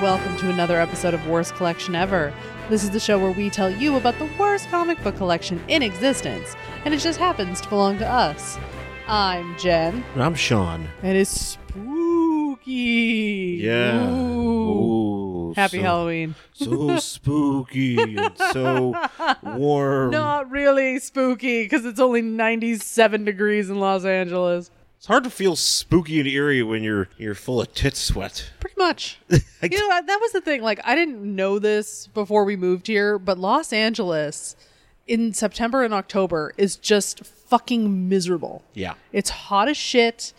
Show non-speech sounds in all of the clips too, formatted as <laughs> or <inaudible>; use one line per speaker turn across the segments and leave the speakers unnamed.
Welcome to another episode of Worst Collection Ever. This is the show where we tell you about the worst comic book collection in existence, and it just happens to belong to us. I'm Jen,
And I'm Sean.
and it's spooky.
Yeah.
Ooh.
Ooh,
Happy
so-
Halloween.
So spooky and
<laughs>
so warm.
Not really spooky because it's only 97 degrees in Los Angeles.
It's hard to feel spooky and eerie when you're you're full of tit sweat.
Pretty
<laughs>
much. you know, I- that was the thing. Like, I didn't know this before we moved here, but Los Angeles in September and October is just fucking miserable.
Yeah.
It's hot as shit.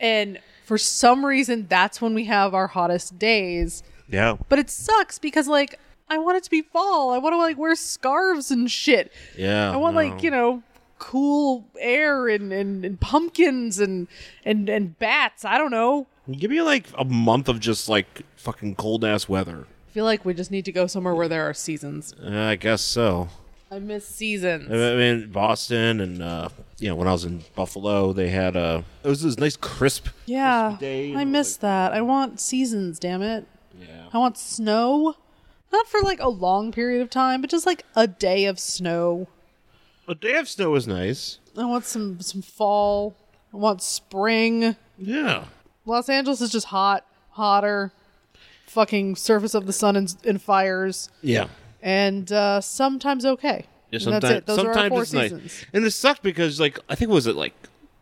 And for some reason, that's when we have our hottest days.
Yeah.
But it sucks because, like, I want it to be fall. I want to, like, wear scarves and shit.
Yeah.
I want,
no.
like, you know, cool air and, and, and pumpkins and, and, and bats. I don't know.
Give me like a month of just like fucking cold ass weather.
I feel like we just need to go somewhere where there are seasons.
Uh, I guess so.
I miss seasons.
I mean, Boston and uh, you know when I was in Buffalo, they had uh, it was this nice crisp.
yeah,
day,
I miss that. I want seasons. Damn it!
Yeah.
I want snow, not for like a long period of time, but just like a day of snow.
A day of snow is nice.
I want some some fall. I want spring.
Yeah.
Los Angeles is just hot, hotter. Fucking surface of the sun and, and fires,
Yeah.
and uh, sometimes okay.
Yeah,
And
sometimes,
that's it. Those
sometimes
are our four
it's nice.
seasons.
And it sucked because, like, I think was it like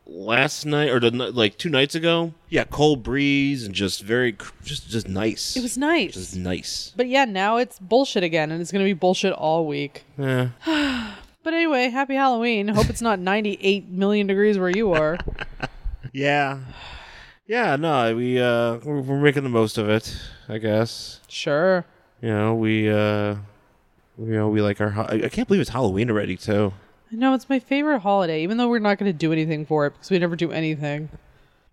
last night or the, ni- like two nights ago? Yeah, cold breeze and just very cr- just just nice.
It was nice.
just nice.
But yeah, now it's bullshit again, and it's gonna be bullshit all week.
Yeah.
But anyway, happy Halloween. Hope it's not 98 million degrees where you are.
Yeah. Yeah. No, we uh we're, we're making the most of it, I guess.
<laughs> sure.
You know, we uh you know we like our. ho- I I can't believe it's Halloween already too.
I know it's my favorite holiday, even though we're not gonna do anything for it because we never do anything.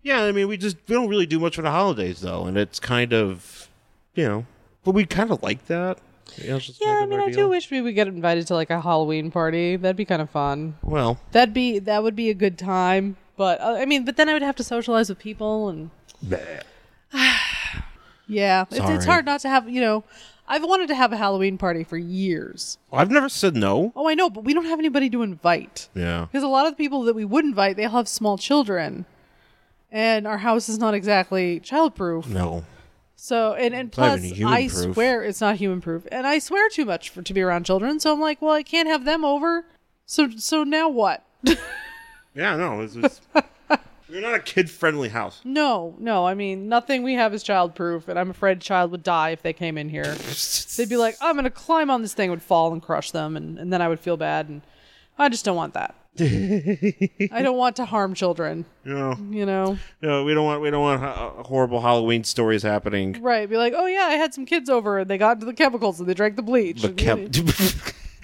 Yeah, I mean, we just we don't really do much for the holidays though, and it's kind of you know, but we kind of like that. Yeah, it's just
Yeah,
kind
I
of
mean,
our
I
deal.
do wish we would get invited to like a Halloween party. That'd be kind of fun.
Well,
That'd be that would be a good time. But uh, I mean, but then I would have to socialize with people, and yeah, it's, it's
Sorry.
hard not to have. You know, I've wanted to have a Halloween party for years.
I've never said no.
Oh, I know, but we don't have anybody to invite.
Yeah.
Because a lot of the people that we would invite, they all have small children. And our house is not exactly childproof.
No.
So, and, and
not
plus,
even
I
human-proof.
swear it's not human proof. And I swear too much for to be around children. So I'm like, well, I can't have them over. So, so now what? <laughs>
Yeah, no. It's, <laughs> it's, we're not a kid friendly house.
No, no. I mean, nothing we have is childproof. And I'm afraid a child would die if they came in here. They'd be like, I'm going to climb on this thing, would fall and crush them. And, and then I would feel bad. And I just don't want
<laughs>
that. I don't want to harm children,
No,
you know?
no, we don't want we don't want ho- horrible Halloween stories happening.
Right, be like, oh yeah, I had some kids over and they got into the chemicals and they drank the bleach.
The kept.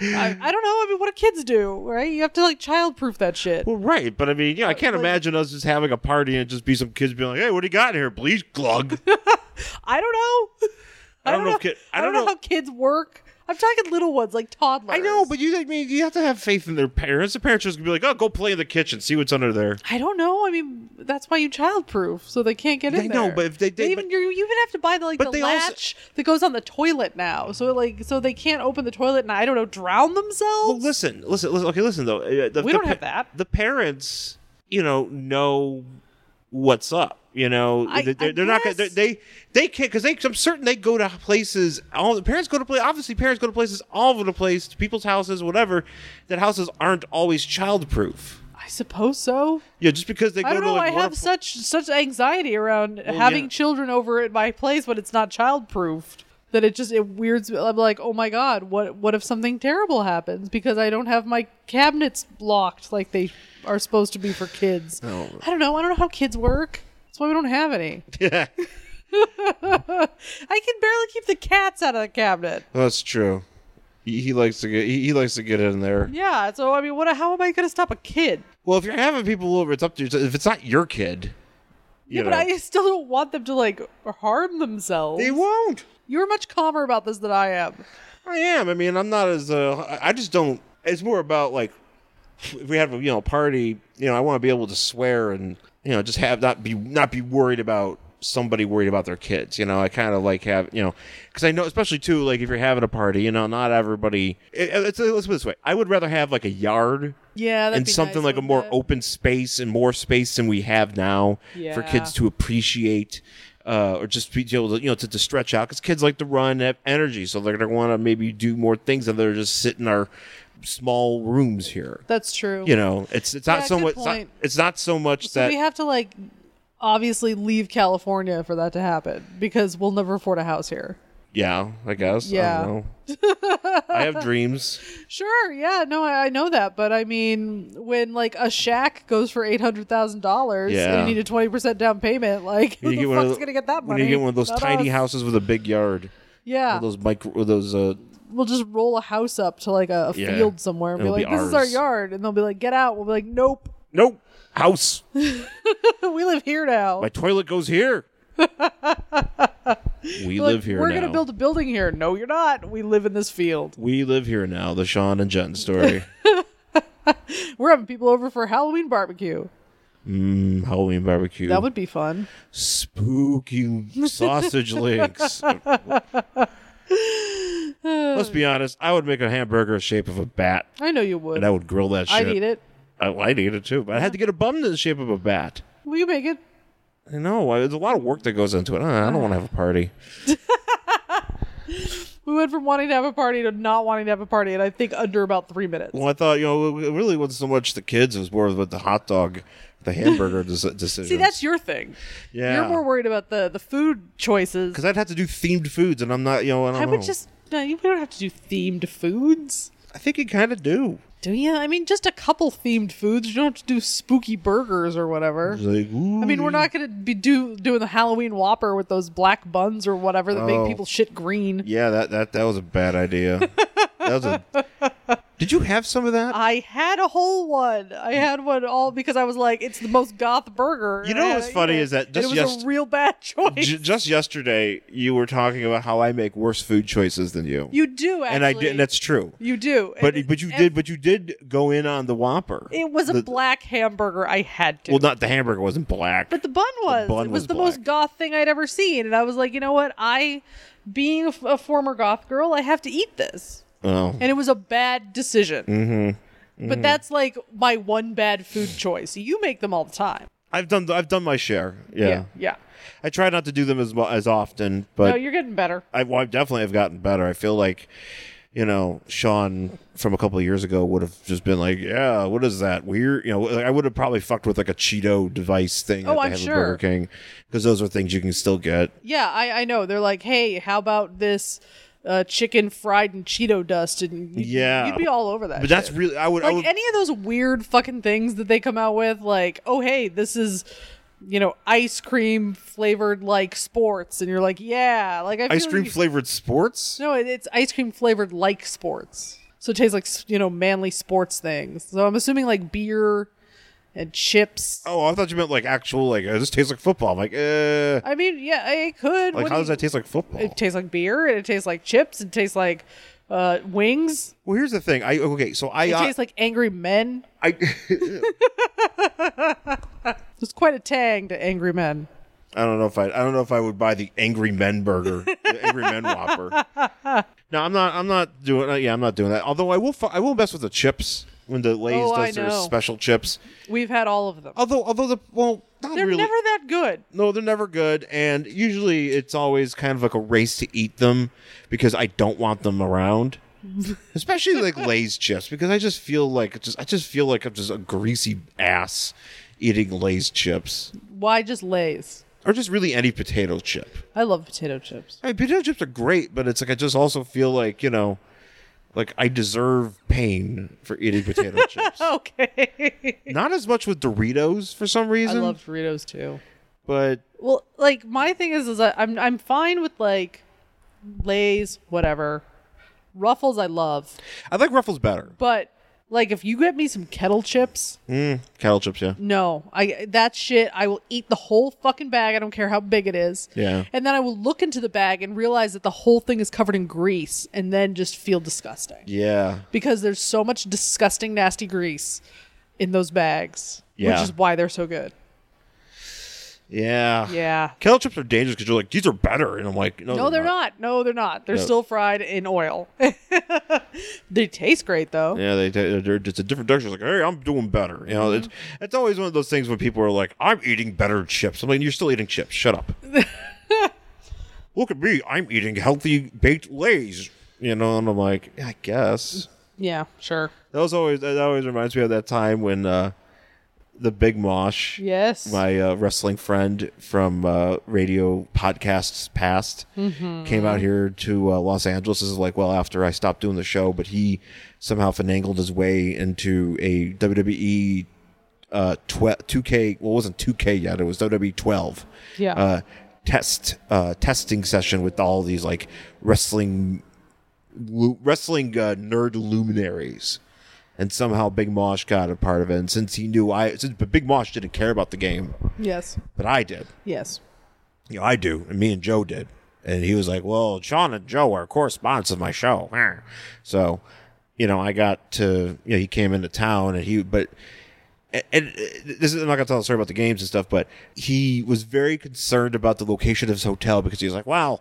I, I don't know. I mean, what do kids do, right? You have to like childproof that shit.
<laughs> well, right, but I mean, yeah, I can't imagine us just having a party and just be some kids being like, "Hey, what do you got in here? Bleach <laughs> glug."
I don't know. <laughs>
I don't know. If kid, I don't know.
how kids work. I'm talking little ones, like toddlers.
I know, but you I mean you have to have faith in their parents. The parents just gonna be like, "Oh, go play in the kitchen, see what's under there."
I don't know. I mean, that's why you childproof, so they can't get in
I
there.
know, but if they- they-
even you you even have to buy the like
But
the
they also-
latch that goes on the toilet now, so like so they can't open the toilet and I don't know drown
Well,
themselves.
Oh, listen, listen, listen. Okay, listen though. Uh, the-
We
the
don't have that.
The parents, you know, know what's up. You know,
I-
they're,
I
they're not gonna, they're,
guess.
they they can't because they. I'm certain they go to places. All the parents go to play. Obviously, parents go to places all over the place, to people's houses, whatever. That houses aren't always childproof.
I suppose so.
Yeah, just because they go
I don't
to
know.
like
I have
waterfall-
such such anxiety around having
yeah.
children over at my place when it's not child-proofed that it just it weirds me. I'm like, oh my god, what what if something terrible happens because I don't have my cabinets locked like they are supposed to be for kids?
No.
I don't know. I don't know how kids work. That's why we don't have any. <laughs>
Yeah,
I can barely keep the cats out of the cabinet.
<laughs> that's true. He, he likes to get he, he likes to get in there.
Yeah. So I mean, what? How am I going to stop a kid?
Well, if you're having people over, it's up to you. If it's not your kid, you
Yeah, but
know,
I still don't want them to like harm themselves.
they won't.
You're much calmer about this than I am.
I am. I mean, I'm not as. Uh, I- I just don't. It's more about like if we have a you know party. You know, I want to be able to swear and you know just have not be not be worried about somebody worried about their kids. You know, I kind of like have you know because I know especially too like if you're having a party, you know, not everybody. It, it's, let's put it this way: I would rather have like a yard
Yeah, that'd
and
be
something
nice,
like a
wouldn't
more
it?
open space and more space than we have now for
Yeah.
kids to appreciate uh, or just be able to you know to, to stretch out because kids like to run and have energy so they're gonna want to maybe do more things than they're just sit in our small rooms here
That's true.
you know it's it's not
Yeah,
so
good
much it's not,
point.
it's not so much
so
that
we have to like obviously leave California for that to happen because we'll never afford a house here.
yeah i guess i
Yeah.
don't
<laughs>
know i have dreams
Sure, yeah, no, I, I know that, but I mean, when like a shack goes for eight hundred thousand dollars and
Yeah.
you need a twenty percent down payment, like who
When
the
of
fuck's
tho-
gonna get that
when
money?
you get one of those
Not
tiny
us.
houses with a big yard
yeah,
those micro with those uh
we'll just roll a house up to like a, a
Yeah.
field somewhere and
It'll
be
be
like, "This is our
ours.
yard," and they'll be like, "Get out." We'll be like, "Nope, <laughs>
nope house
we live here now."
My toilet
<laughs>
goes here. we
Like,
live here
We're
now.
gonna build a building here. No, you're not. We live in this field.
we live here now. The Sean and Jen
<laughs>
story.
We're having people over for Halloween barbecue.
Mm, Halloween barbecue.
That would be fun.
Spooky
<laughs>
sausage links. Let's be honest. I would make a hamburger shape of a bat,
I know you would.
and I would grill that shit.
I'd eat it.
I, I'd eat it too, but I had to get a bun in the shape of a bat.
Will you make it?
I know. I- There's a lot of work that goes into it. I I don't want to have a party.
We went from wanting to have a party to not wanting to have a party, and I think under about three minutes.
Well, I thought you know it really wasn't so much the kids; it was more about the hot dog, the
<laughs>
hamburger deci- decision.
See, that's your thing.
yeah.
You're more worried about the the food choices.
because I'd have to do themed foods, and I'm not, you know, I don't
I would
know.
just no. You we don't have to do themed foods,
I think you kind of do.
do you? I mean, just a couple themed foods. You don't have to do spooky burgers or whatever.
It's like,
I mean, we're
ooh.
not going to be do, doing the Halloween Whopper with those black buns or whatever that
Oh.
make people shit green.
Yeah, that that that was a bad idea. that was a.
<laughs>
Did you have some of that?
I had a whole one. I had one all because I was like, it's the most goth burger.
Mm. You
and
know
I had
what's
it,
funny
know.
is that
And
just
it was
yes-
a real
<laughs>
bad choice.
J- just yesterday, you were talking about how I make worse food choices than you,
you do actually,
and I did. And that's true.
you do.
But
And-
but you
and
did but you did go in on the Whopper.
It was a
The-
black hamburger. I had to.
Well, not the hamburger wasn't black.
But the bun was.
bun
it was,
was
the
black.
most goth thing I'd ever seen. And I was like, you know what? I, being a, f- a former goth girl, I have to eat this.
oh.
And it was a bad decision. Mm-hmm. But that's like my one bad food choice. You make them all the time.
I've done I've done my share. Yeah.
Yeah. Yeah.
I try not to do them as mu- as often, but
no, you're getting better.
I, well, I definitely have gotten better. I feel like, you know, Sean from a couple of years ago would have just been like, "Yeah, what is that weird?" You know, like, I would have probably fucked with like a Cheeto device thing.
Oh,
that they
I'm
have at
sure.
Burger King, because those are things you can still get.
Yeah, I, I know. They're like, hey, how about this uh, chicken fried in Cheeto dust? And you,
Yeah.
You'd be all over that.
But that's
shit.
really, I would, I
like
would
any of those weird fucking things that they come out with like oh hey this is you know ice cream flavored like sports and you're like yeah like I feel
ice cream
like,
flavored sports.
no it- it's ice cream flavored like sports so it tastes like s- you know manly sports things so i'm assuming like beer and chips
Oh, I thought you meant like actual like uh, this tastes like football. I'm like, eh,
i mean yeah it could
like
What
how
do
does
you-
that taste like football?
it tastes like beer and it tastes like chips it tastes like uh, wings
well, here's the thing. I okay, so I
it
uh,
tastes like angry men
I <laughs>
there's quite a tang to angry men
I don't know if I I don't know if I would buy the Angry Men burger, the Angry
<laughs>
Men Whopper. No, I'm not. I'm not doing. Uh, yeah, I'm not doing that. Although I will. Fu- I will mess with the chips when the Lay's
Oh, I
does their
know.
special chips.
we've had all of them
Although, although the well, not
They're
really.
never that good.
no, they're never good, and usually it's always kind of like a race to eat them because I don't want
<laughs>
them around. Especially like Lay's chips because I just feel like just I just feel like I'm just a greasy ass eating Lay's chips
Why just Lay's?
or just really any potato chip.
I love potato chips.
I mean, potato chips are great, but it's like I just also feel like you know, like I deserve pain for
<laughs>
eating potato chips.
Okay.
Not as much with Doritos for some
I
reason,
love Doritos too.
but
Well, like my thing is, is I, I'm I'm fine with like Lay's, whatever. Ruffles, I love,
I like Ruffles better.
but like if you get me some kettle chips,
Kettle chips, yeah.
no, I that shit I will eat the whole fucking bag. I don't care how big it is.
Yeah.
And then I will look into the bag and realize that the whole thing is covered in grease, and then just feel disgusting.
Yeah,
because there's so much disgusting, nasty grease in those bags,
Yeah.
which is why they're so good.
Yeah.
Yeah.
Kettle chips are dangerous because you're like, these are better. And I'm like, no,
No, they're not. No, they're not. They're
No.
still fried in oil. <laughs> they taste great though.
Yeah, they, they- they're just a different texture. It's like, hey, I'm doing better. You know, it's, it's always one of those things when people are like, I'm eating better chips. I'm like, you're still eating chips. Shut up. Look at me. I'm eating healthy baked Lays. You know, and I'm like, I guess.
Yeah, sure.
That was always that always reminds me of that time when uh, the Big Mosh,
Yes.
my uh, wrestling friend from uh, radio podcasts past, came out here to uh, Los Angeles. This is like well after I stopped doing the show, but he somehow finagled his way into a WWE uh, tw- 2K. Well, it wasn't 2K yet. It was WWE 12.
Yeah.
Uh, test uh, testing session with all these like wrestling lu- wrestling uh, nerd luminaries, and somehow Big Mosh got a part of it. And since he knew I, since but Big Mosh didn't care about the game,
yes.
but I did.
Yes.
You know, I do, and me and Joe did. And he was like, "Well, Sean and Joe are correspondents of my show," <laughs> Eh. so you know, I got to. You know, he came into town, and he but. And and uh, this is, I'm not gonna tell the story about the games and stuff, but he was very concerned about the location of his hotel because he was like, "Well,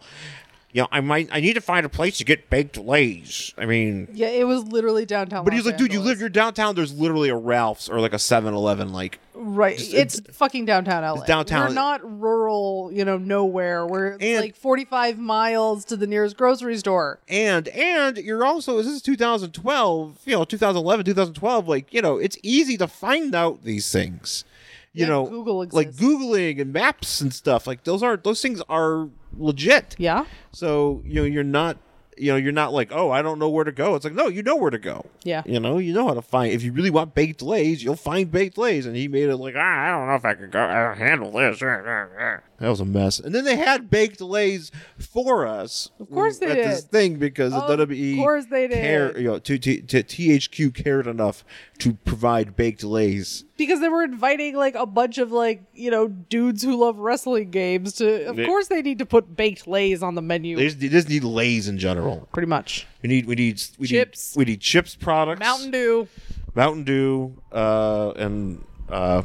you know, I might, I need to find a place to get baked lays." I mean,
Yeah, it was literally downtown.
but he's like, "Dude, you live, you're downtown. There's literally a Ralph's or like a 7-Eleven, like
right. It's, fucking downtown LA.
downtown.
We're not rural, you know, nowhere. We're it's
And-
like 45 miles to the nearest grocery store.
and and you're also this is 2012 you know 2011 2012 like you know it's easy to find out these things you
Yeah,
know
Google
like
exists.
googling and maps and stuff like those are those things are legit
Yeah.
so you know you're not you know you're not like oh i don't know where to go it's like no you know where to go
Yeah.
you know you know how to find if you really want baked lays you'll find baked lays and he made it like ah, i don't know if i could go i don't handle this that was a mess and then they had baked lays for us of
course they
at this
did.
thing because
Of
the wwe
course they did.
care you know to, to, to thq cared enough to provide baked lays
Because they were inviting like a bunch of like, you know, dudes who love wrestling games to Of
They-
course they need to put baked lays on the menu.
they just, they just need lays in general
pretty much.
we need we need we
Chips.
need, we need chips products
Mountain Dew.
Mountain Dew, uh, and uh,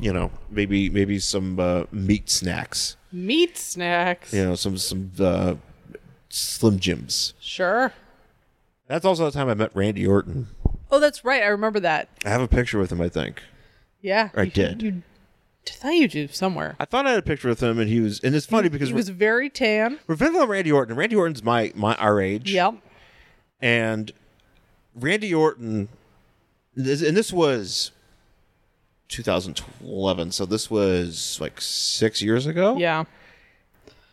you know maybe maybe some uh, meat snacks.
Meat snacks.
You know some some uh, Slim Jims.
Sure.
That's also the time I met Randy Orton.
Oh, that's right. I remember that.
I have a picture with him. I think
Yeah.
I
you-
did.
You, I thought you did somewhere.
I thought I had a picture with him, and he was. And it's funny because
He was very tan.
we're thinking about Randy Orton. Randy Orton's my my our age.
Yep.
and Randy Orton, this, and this was 2011, so this was like six years ago.
Yeah.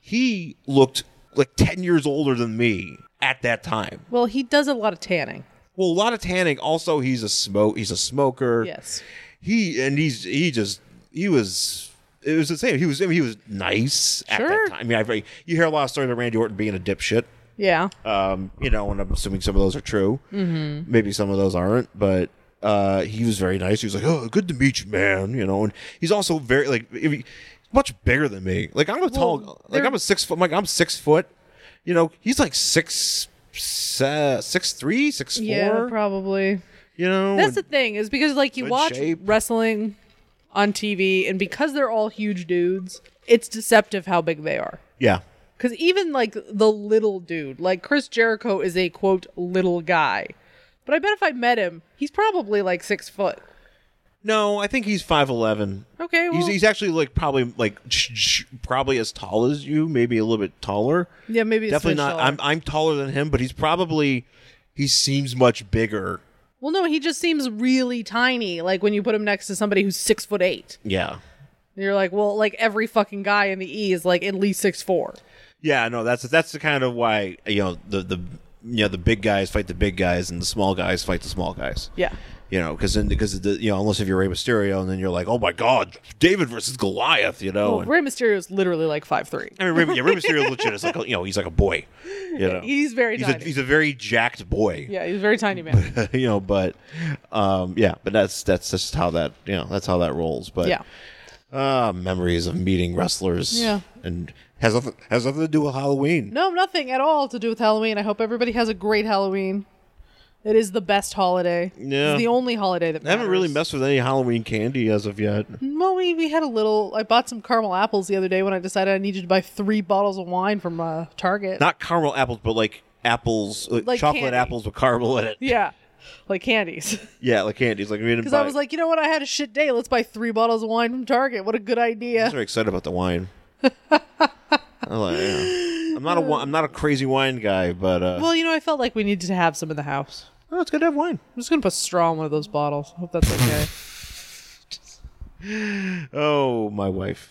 he looked like 10 years older than me at that time.
Well, he does a lot of tanning.
Well, a lot of tanning. Also, he's a smoke. He's a smoker.
Yes.
He and he's he just he was. It was the same. He was. I mean, he was nice at
Sure.
that time. I mean, I've, you hear a lot of stories of Randy Orton being a dipshit.
Yeah.
Um, you know, and I'm assuming some of those are true. Mm-hmm. Maybe some of those aren't, but uh, he was very nice. He was like, "Oh, good to meet you, man." You know, and he's also very like if he- much bigger than me. Like I'm a tall, like
they're-
I'm a six foot. Like I'm six foot. You know, he's like six, se- six three, six four.
Yeah, probably.
you know,
That's the
and-
thing is because like you
Good
watch
shape.
wrestling on TV and because they're all huge dudes, it's deceptive how big they are.
yeah,
Cuz even like the little dude, like Chris Jericho is a quote little guy. But I bet if I met him, he's probably like 6 foot.
no, I think he's five eleven.
Okay, well
He's, he's actually like probably like sh- sh- probably as tall as you, maybe a little bit taller.
yeah, maybe it's
definitely not.
Mitchell.
I'm I'm taller than him, but he's probably he seems much bigger.
Well, no, he just seems really tiny like when you put him next to somebody who's 6 foot 8.
Yeah,
And you're like, well, like every fucking guy in the E is like at least six four.
yeah. No, that's that's the kind of why you know the the you know the big guys fight the big guys and the small guys fight the small guys.
Yeah.
You know, because because the you know unless if you're Rey Mysterio and then you're like, oh my God, David versus Goliath. You know,
Well,
and,
Rey Mysterio is literally like five three.
I mean, Rey, yeah, Rey Mysterio legit is like a- you know he's like a boy. You know,
He's very
he's a,
tiny.
he's a very jacked boy.
yeah, he's a very tiny
<laughs>
man.
you know, but um, yeah, but that's that's just how that you know that's how that rolls. But
yeah.
Ah, memories of meeting wrestlers.
Yeah.
and has nothing has nothing to do with Halloween.
No, nothing at all to do with Halloween. I hope everybody has a great Halloween. It is the best holiday.
Yeah.
It's the only holiday that
I haven't really
matters.
messed with any Halloween candy as of yet.
Well, we, we had a little. I bought some caramel apples the other day when I decided I needed to buy three bottles of wine from uh, Target.
Not caramel apples, but like apples, like,
Like
chocolate
candy.
apples with
<laughs>
caramel in it.
yeah, like candies. <laughs>
Yeah, like candies. Like we didn't
Because
buy.
I was like, you know what? I had a shit day. Let's buy three bottles of wine from Target. What a good
I was
idea.
very excited about
<laughs>
the wine. I'm like, yeah. I'm not a wi- I'm not a crazy wine guy, but uh,
Well, you know, I felt like we needed to have some in the house.
oh, it's good to have wine.
I'm just gonna put straw in one of those bottles. I hope that's
<laughs>
okay.
Oh, my
<laughs>
wife.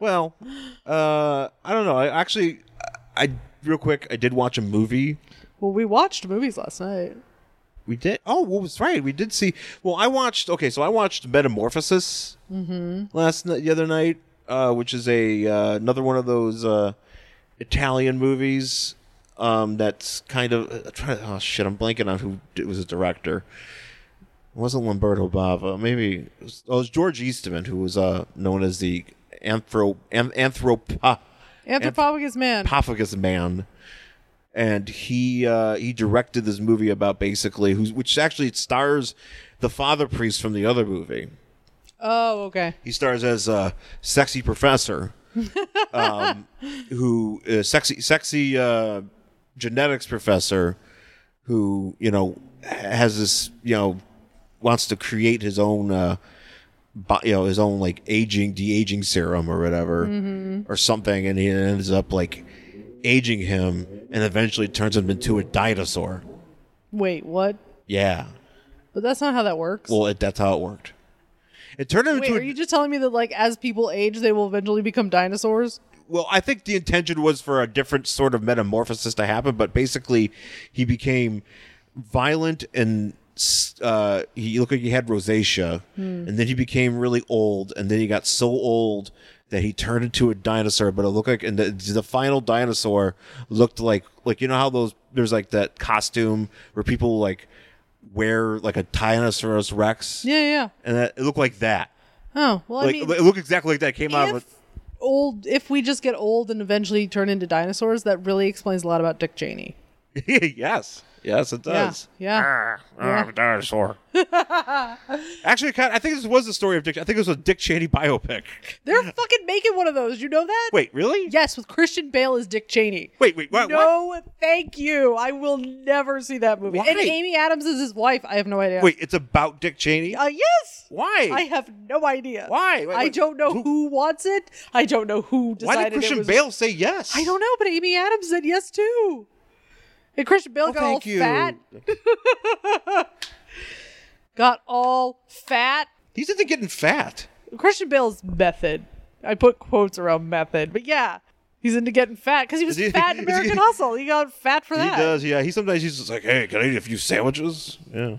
well, uh, I don't know. I actually, I real quick, I did watch a movie.
well, we watched movies last night.
We did. Oh, well, that's right. We did see. Well, I watched. Okay, so I watched Metamorphosis last night, the other night, uh, which is a uh, another one of those uh, Italian movies. Um, that's kind of. Uh, try, oh shit! I'm blanking on who d- was the director. It wasn't Lamberto Bava. Maybe it was, oh, it was George Eastman, who was uh, known as the anthro an- anthropo
Anthropophagus man.
Paphagus man, and he uh, he directed this movie about basically who's which actually stars the father priest from the other movie.
oh, okay.
He stars as a
<laughs>
sexy professor, um, who uh, sexy sexy uh, genetics professor, who you know has this you know wants to create his own. Uh, bi- you know his own like aging de aging serum or whatever
Mm-hmm.
or something, and he ends up like aging him, and eventually turns him into a dinosaur.
Wait, what?
Yeah,
But that's not how that works.
well, it, that's how it worked. It turned him
Wait,
into
are
a,
you just telling me that like as people age, they will eventually become dinosaurs?
well i think the intention was for a different sort of metamorphosis to happen but basically he became violent and s- uh, he looked like he had rosacea
Hmm.
and then he became really old and then he got so old that he turned into a dinosaur but it looked like and the, the final dinosaur looked like like you know how those there's like that costume where people like wear like a tyrannosaurus rex
Yeah, yeah.
and that, it looked like that
Oh, well,
like
I mean,
it looked exactly like that It came out of a,
if old, if we just get old and eventually turn into dinosaurs, that really explains a lot about Dick Cheney.
<laughs> yes. Yes, it does.
Yeah, yeah.
Ah, I'm a dinosaur. <laughs> Actually, kind I think this was the story of Dick. I think this was a Dick Cheney biopic.
They're fucking making one of those. You know that?
Ah. Wait, really?
Yes, with Christian Bale as Dick Cheney.
Wait, wait, what? what?
no, thank you. I will never see that movie. And
Why?
Amy Adams is his wife. I have no idea.
Wait, it's about Dick Cheney?
Uh, yes.
Why?
I have no idea.
Why? Why-
I don't know who, wants it. I don't know who decided
Why did
it
Christian
was.
Bale say yes?
I don't know, but Amy Adams said yes too. And Christian Bale
Oh,
got all
thank you.
fat. Got all fat.
He's into getting fat.
Christian Bale's method. I put quotes around method, but yeah, he's into getting fat because he was
Is he-
fat in
<laughs> is
American
he-
Hustle. He got fat for
He
that.
does, yeah. He sometimes he's just like, hey, can I eat a few sandwiches? Yeah.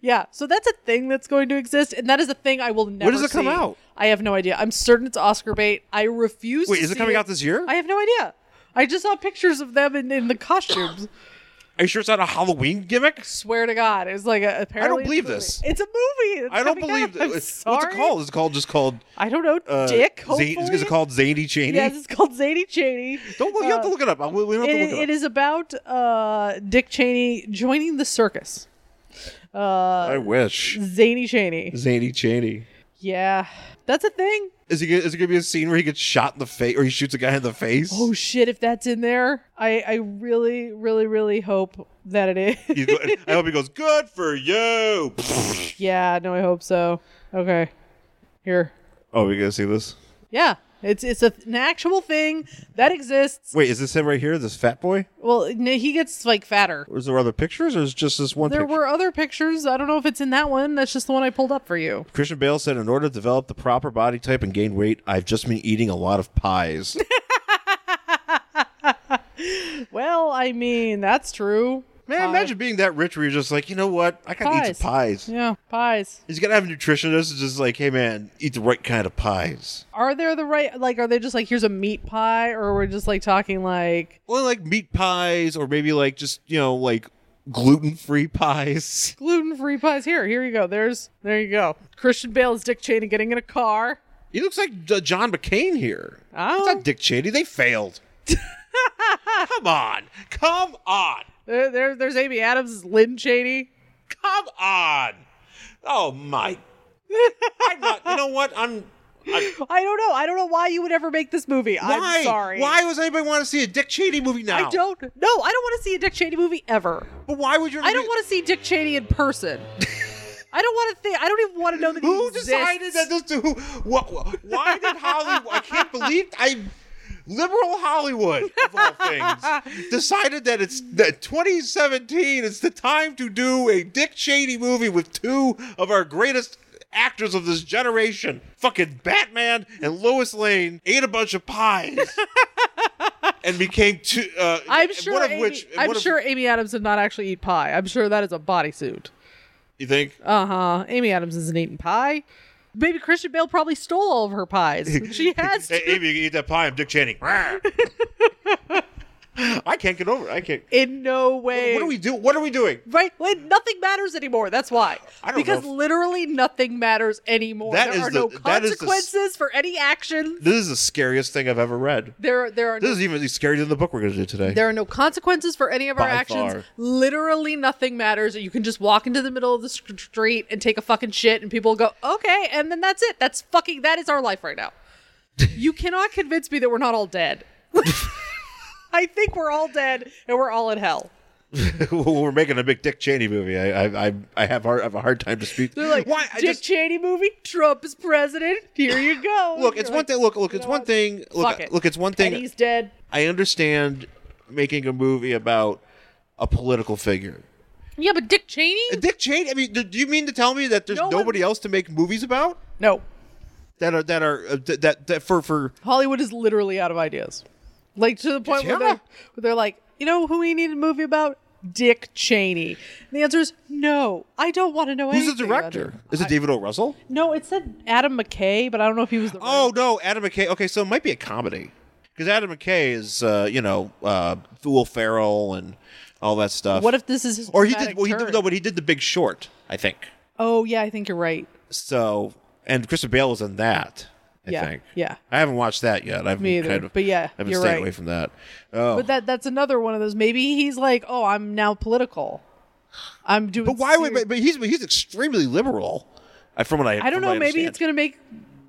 Yeah, so that's a thing that's going to exist, and that is a thing I will never.
does it come
see.
out?
I have no idea. I'm certain it's Oscar bait. I refuse.
Wait,
to
is it
see
coming out this year?
I have no idea. I just saw pictures of them in, in the
<coughs>
costumes.
Are you sure it's not a Halloween gimmick?
Swear to God, it was like a, apparently. it's
believe
a movie.
this.
It's a movie. It's
I don't
coming out.
believe
I'm
What's it
sorry.
called? Is it called just called
I don't know.
uh,
Dick.
Zany-
Hopefully.
is it called Zany Cheney?
Yes, it's called Zany Cheney.
Don't look, you have to
Uh,
look it up. I- We we don't have to
It,
look it up.
it is about uh, Dick Cheney joining the circus. Uh,
I wish.
Zany Cheney.
Zany Cheney.
Yeah, that's a thing.
Is he gonna- is it gonna be a scene where he gets shot in the face or he shoots a guy in the face?
Oh shit! If that's in there, I I really really really hope that it is.
<laughs> He's go- I hope he goes. Good for you.
<laughs> yeah, no, I hope so. Okay, here.
oh, we gonna see this?
Yeah, it's it's a, an actual thing that exists.
Wait, is this him right here? This fat boy?
Well, n- he gets like fatter.
Or is there other pictures, or is it just this one?
There
picture?
were other pictures. I don't know if it's in that one. That's just the one I pulled up for you. <laughs>
Christian Bale said, "In order to develop the proper body type and gain weight, I've just been eating a lot
<laughs>
of pies."
Well, I mean, that's true.
Man,
Pie.
imagine being that rich where you're just like, you know what? I gotta eat some pies.
Yeah, pies.
He's gotta have a nutritionist who's just like, hey man, eat the right kind of pies.
Are there the right like? Are they just like here's a meat pie, or we're just like talking like
Well, like meat pies, or maybe like just you know like gluten free <laughs> pies.
gluten free pies. Here, here you go. There's there you go. Christian Bale is Dick Cheney getting in a car.
He looks like uh, John McCain here.
Oh. <laughs>
It's not Dick Cheney. They failed. come on, come on.
There, there, there's Amy Adams, Lynn Cheney.
Come on. Oh my. I'm not, you know what? I'm. i
I don't know. I don't know why you would ever make this movie.
why?
<laughs> I'm sorry.
Why was anybody want to see a Dick Cheney movie now?
I don't. No, I don't want to see a Dick Cheney movie ever.
But why would you?
I don't want to see Dick Cheney in person. I don't want to think. I don't even want to know that he
Who
exists.
decided that this? Who? What? Why did Hollywood? I can't believe I. Liberal Hollywood, of all
<laughs>
things, decided that it's that 2017 is the time to do a Dick Cheney movie with two of our greatest actors of this generation. Fucking Batman and Lois Lane ate a bunch
<laughs>
of pies and became two. Uh,
I'm sure.
One of
Amy,
which,
I'm
one of-
sure Amy Adams did not actually eat pie. I'm sure that is a bodysuit.
you think
Uh huh. Amy Adams isn't eating pie. Maybe Christian Bale probably stole all of her pies.
<laughs>
She has.
Hey,
To.
Amy, you can eat that pie. I'm Dick
<laughs>
Cheney. I can't get over. It. I can't.
In no way.
What are we do? What are we doing?
Right? Wait, nothing matters anymore. That's why.
I don't
because
know if-
literally nothing matters anymore.
That
there
is
are
the-
no
that is the s-
consequences for any action.
This is the scariest thing I've ever read.
There, there are
This
no,
is even scarier than the book we're going to do today.
there are no consequences for any of our
By
actions.
far.
Literally nothing matters. You can just walk into the middle of the st- street and take a fucking shit, and people will go, "Okay," and then that's it. That's fucking. That is our life right
<laughs>
now. you cannot convince me that we're not all dead. <laughs> I think we're all dead, and we're all in hell.
<laughs> we're making a big Dick Cheney movie. I, I, I, I have, hard, I have a hard time to speak.
They're like,
Why? I
Dick
just,
Cheney movie, Trump is president. Here you go.
look,
You're
it's one
like,
thing. Look, look, it's
know
one
what?
thing. Look,
Fuck it.
look, it's one thing.
Penny's dead.
I understand making a movie about a political figure.
Yeah, but Dick Cheney?
Dick Cheney. I mean, do do you mean to tell me that there's
No one-
nobody else to make movies about
No.
that are that are uh, that, that that for for
Hollywood is literally out of ideas. Like to the point where,
Yeah.
they're, where they're like, you know who we need a movie about? Dick Cheney. And the answer is no. I don't want to know
who's the
anything about
director?
him.
Is it David O. Russell?
No, it said Adam McKay, but I don't know if he was the
Oh no, Adam McKay. Okay, so it might be a comedy because Adam McKay is uh, you know uh, Will Ferrell and all that stuff.
What if this is his
or he did?
dramatic
Well, he
turn?
did, no, but he did The Big Short, I think.
Oh yeah, I think you're right.
So and Christian Bale was in that. I
Yeah,
think.
yeah.
I haven't watched that yet. I've
Me
been
either,
kind of,
but yeah,
I've been
you're
staying
right.
away from that. Oh,
But that that's another one of those. Maybe he's like, oh, I'm now political. I'm doing.
But why would?
serious-
But, but he's but he's extremely liberal. I- From what I,
I don't know. Maybe it's gonna make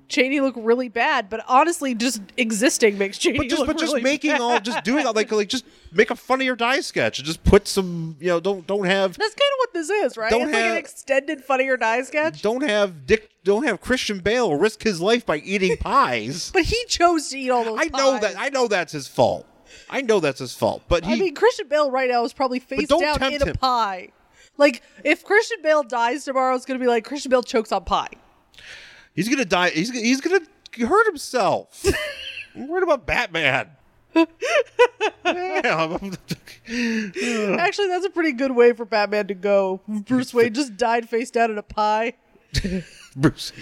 Cheney look really bad. But honestly, just existing makes Cheney
But just
look
but just
really
making
bad.
all just doing all like like just make a funny or die sketch and just put some you know don't don't have
That's kind of what this is, right?
Don't
it's like
have-
an extended Funny or Die sketch.
don't have Dick don't have Christian Bale risk his life by eating
<laughs>
pies.
But he chose to eat all those.
I know
pies.
that I know that's his fault. I know that's his fault. But he
I mean, Christian Bale right now is probably face
don't
down in
tempt
a
him.
pie. Like, if Christian Bale dies tomorrow, it's going to be like Christian Bale chokes on pie.
he's gonna die. He's gonna- he's gonna
<laughs>
hurt himself. I'm worried about Batman. Yeah, I'm- <laughs>
Actually, that's a pretty good way for Batman to go. Bruce Wayne just died face down in a pie.
Bruce.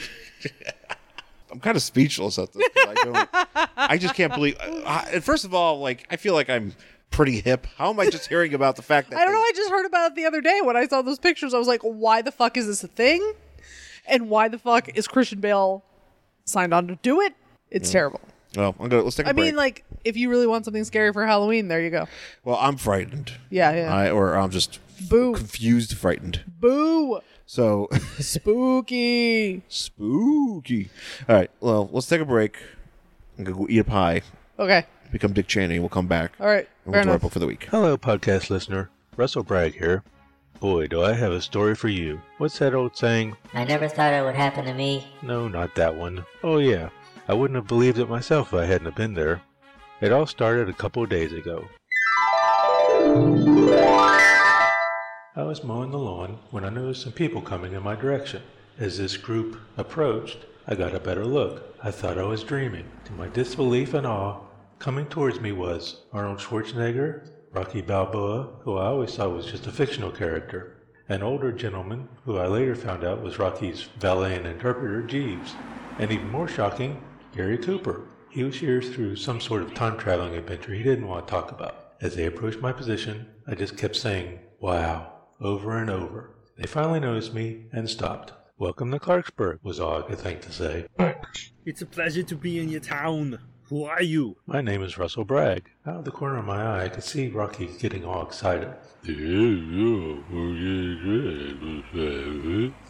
I'm kind of speechless at this. 'cause I, don't, I just can't believe. I, I- first of all, like I feel like I'm pretty hip. How am I just hearing about the fact that
I don't know.
they-
I just heard about it the other day when I saw those pictures. I was like, why the fuck is this a thing? And why the fuck is Christian Bale signed on to do it? It's terrible.
Well, I'm gonna let's take a
I
break.
mean, like, if you really want something scary for Halloween, there you go.
well, I'm frightened.
Yeah, yeah.
I, or I'm just
Boo.
confused, frightened.
Boo.
So <laughs>
Spooky.
spooky. All right. Well, let's take a break. I'm gonna go eat a pie.
Okay.
Become Dick Cheney. We'll come back.
All right. Fair
And we'll do our
enough.
book for the week.
Hello, podcast listener. Russell Bragg here. Boy, do I have a story for you. What's that old saying?
I never thought it would happen to me.
No, not that one. Oh, yeah. I wouldn't have believed it myself if I hadn't have been there. It all started a couple of days ago. I was mowing the lawn when I noticed some people coming in my direction. As this group approached, I got a better look. I thought I was dreaming. To my disbelief and awe, coming towards me was Arnold Schwarzenegger, Rocky Balboa, who I always thought was just a fictional character, an older gentleman who I later found out was Rocky's valet and interpreter, Jeeves, and even more shocking, Gary Cooper. He was here through some sort of time traveling adventure he didn't want to talk about. As they approached my position, I just kept saying, wow, over and over. They finally noticed me and stopped. Welcome to Clarksburg, was all I could think to say.
It's a pleasure to be in your town. Who are you?
My name is Russell Bragg. Out of the corner of my eye, I could see Rocky getting all excited.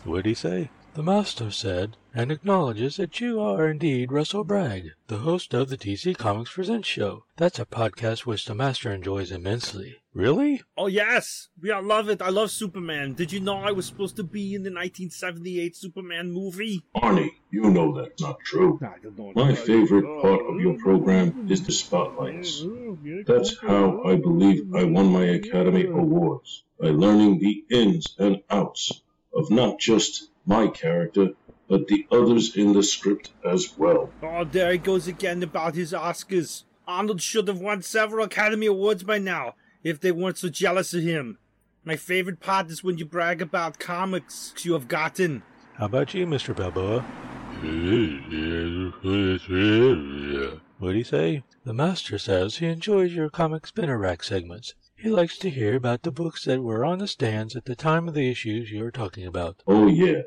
What'd he say? The master said, and acknowledges that you are indeed Russell Bragg, the host of the DC Comics Presents show. That's a podcast which the master enjoys immensely. Really?
Oh yes, we I love it. I love Superman. Did you know I was supposed to be in the 1978 Superman movie?
Arnie, you know that's not true. My favorite part of your program is the spotlights. That's how I believe I won my Academy Awards by learning the ins and outs of not just my character, but the others in the script as well.
Oh, there he goes again about his Oscars. Arnold should have won several Academy Awards by now if they weren't so jealous of him. My favorite part is when you brag about comics you have gotten.
How about you, Mr. Balboa? What'd he say? The master says he enjoys your comic spinner rack segments. He likes to hear about the books that were on the stands at the time of the issues you are talking about.
Oh yeah,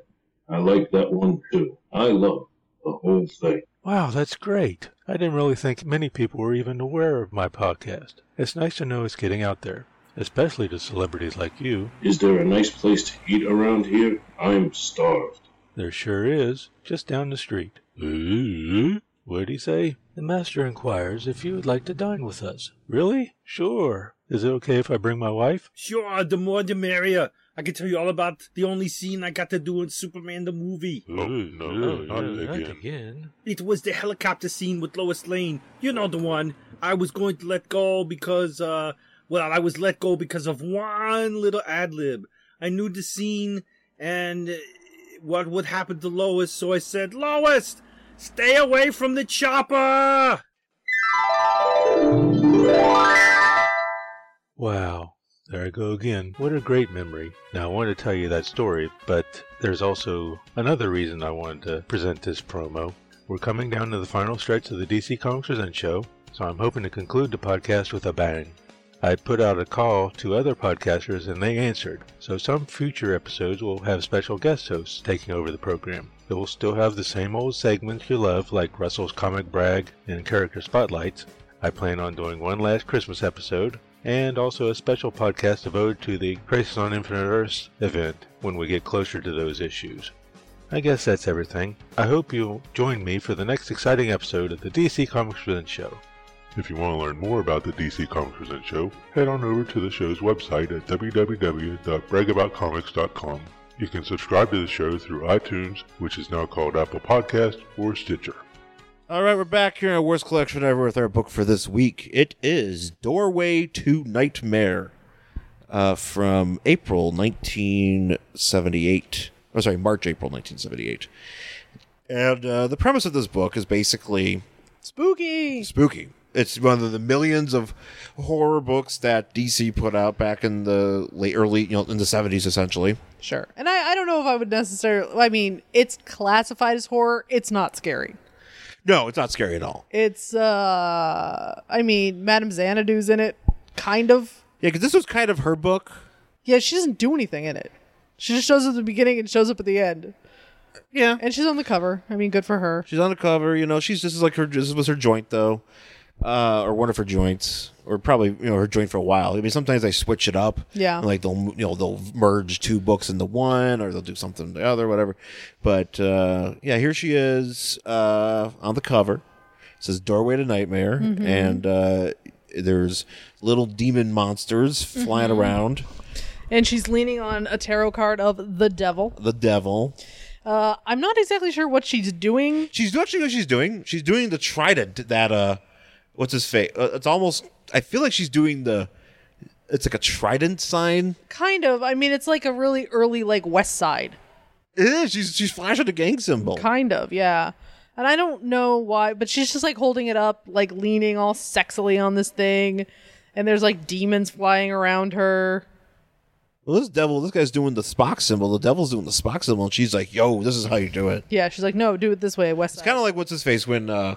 I like that one too. I love the whole thing.
Wow, that's great. I didn't really think many people were even aware of my podcast. It's nice to know it's getting out there, especially to celebrities like you.
Is there a nice place to eat around here? I'm starved.
There sure is, just down the street. What'd he say? The master inquires if you would like to dine with us. Really? Sure. Is it okay if I bring my wife?
Sure, the more the merrier. I can tell you all about the only scene I got to do in Superman the movie.
No, no,
again.
It was the helicopter scene with Lois Lane. You know the one. I was going to let go because, uh, well, I was let go because of one little ad lib. I knew the scene and uh, what would happen to Lois, so I said, Lois, stay away from the chopper!
Wow. There I go again. What a great memory. Now, I wanted to tell you that story, but there's also another reason I wanted to present this promo. We're coming down to the final stretch of the DC Comics Presents show, so I'm hoping to conclude the podcast with a bang. I put out a call to other podcasters and they answered, so some future episodes will have special guest hosts taking over the program. It will still have the same old segments you love, like Russell's Comic Brag and Character Spotlights, I plan on doing one last Christmas episode and also a special podcast devoted to the Crisis on Infinite Earths event when we get closer to those issues. I guess that's everything. I hope you'll join me for the next exciting episode of the DC Comics Presents Show.
If you want to learn more about the DC Comics Presents Show, head on over to the show's website at www.bragaboutcomics.com. You can subscribe to the show through iTunes, which is now called Apple Podcast or Stitcher.
All right, we're back here in our worst collection ever with our book for this week. It is Doorway to Nightmare uh, from April 1978. Oh, sorry, March, April 1978. And uh, the premise of this book is basically
Spooky.
spooky. It's one of the millions of horror books that DC put out back in the late, early, you know, in the 70s, essentially.
Sure. And I, I don't know if I would necessarily. I mean, it's classified as horror. It's not scary.
No, it's not scary at all.
It's, uh, I mean, Madame Xanadu's in it, kind of.
Yeah, because this was kind of her book.
Yeah, she doesn't do anything in it. She just shows up at the beginning and shows up at the end.
Yeah.
And she's on the cover. I mean, good for her.
She's undercover, you know. She's this is like her. This was her joint though, uh, or one of her joints, or probably you know her joint for a while. I mean, sometimes they switch it up.
Yeah.
And, like they'll you know they'll merge two books into one, or they'll do something to the other, whatever. But uh, yeah, here she is uh, on the cover. It says "Doorway to Nightmare," and uh, there's little demon monsters flying around.
And she's leaning on a tarot card of the devil.
The devil.
Uh, I'm not exactly sure what she's doing.
She's actually what she's doing. She's doing the trident that uh, what's his face? Uh, it's almost. I feel like she's doing the. It's like a trident sign.
Kind of. I mean, it's like a really early, like, West Side.
It is. She's she's flashing a gang symbol.
Kind of, yeah. And I don't know why, but she's just like holding it up, like leaning all sexily on this thing. And there's like demons flying around her.
Well, this devil, this guy's doing the Spock symbol. The devil's doing the Spock symbol, and she's like, "Yo, this is how you do it."
Yeah, she's like, no, do it this way, West
It's
Side.
kind of like what's his face when uh,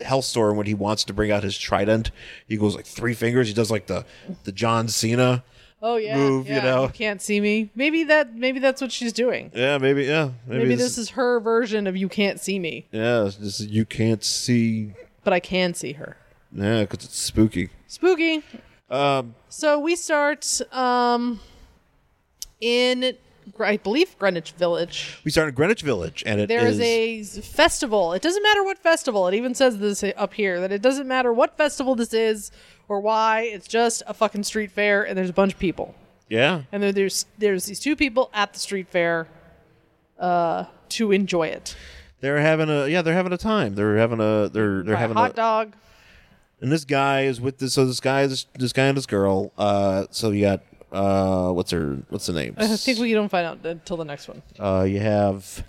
Hellstorm when he wants to bring out his trident, he goes like three fingers. He does like the the John Cena.
oh yeah,
move, you
yeah,
know.
You can't see me. Maybe that. Maybe that's what she's doing.
Yeah, maybe. Yeah,
Maybe, this, is her version of you can't see me.
Yeah, this is, you can't see
but I can see her.
Yeah, because it's spooky.
Spooky.
Um,
So we start um, in, Gr- I believe, Greenwich Village.
we start in Greenwich Village, and it
There
is-
is a s- festival. It doesn't matter what festival. It even says this up here that it doesn't matter what festival this is or why. It's just a fucking street fair, and there's a bunch of people.
yeah.
And there, there's there's these two people at the street fair uh, to enjoy it.
They're having a yeah. They're having a time. They're having a they're they're
Buy a
having
hot
a
dog.
and this guy is with this so this guy this, this guy and this girl. Uh, so you got uh, what's her what's the name?
I think we don't find out until the next one.
Uh, you have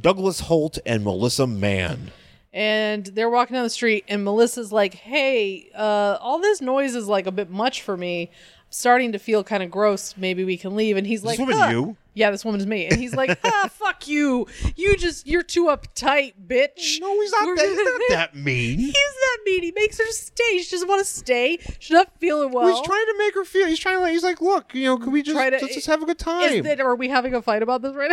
Douglas Holt and Melissa Mann.
and they're walking down the street and melissa's like hey uh, all this noise is like a bit much for me i'm starting to feel kind of gross maybe we can leave and he's like
woman
"Huh."
you?
yeah this woman's me and he's
<laughs>
like ah fuck you you just you're too uptight bitch
No, he's not.
We're-
That, he's not that mean.
<laughs> he's that mean he makes her stay she doesn't want to stay she's not feeling well
he's trying to make her feel. He's trying to. He's like, look, you know, can we just
Try to-
let's just have a good
<laughs> is
time
that, are we having a fight about this right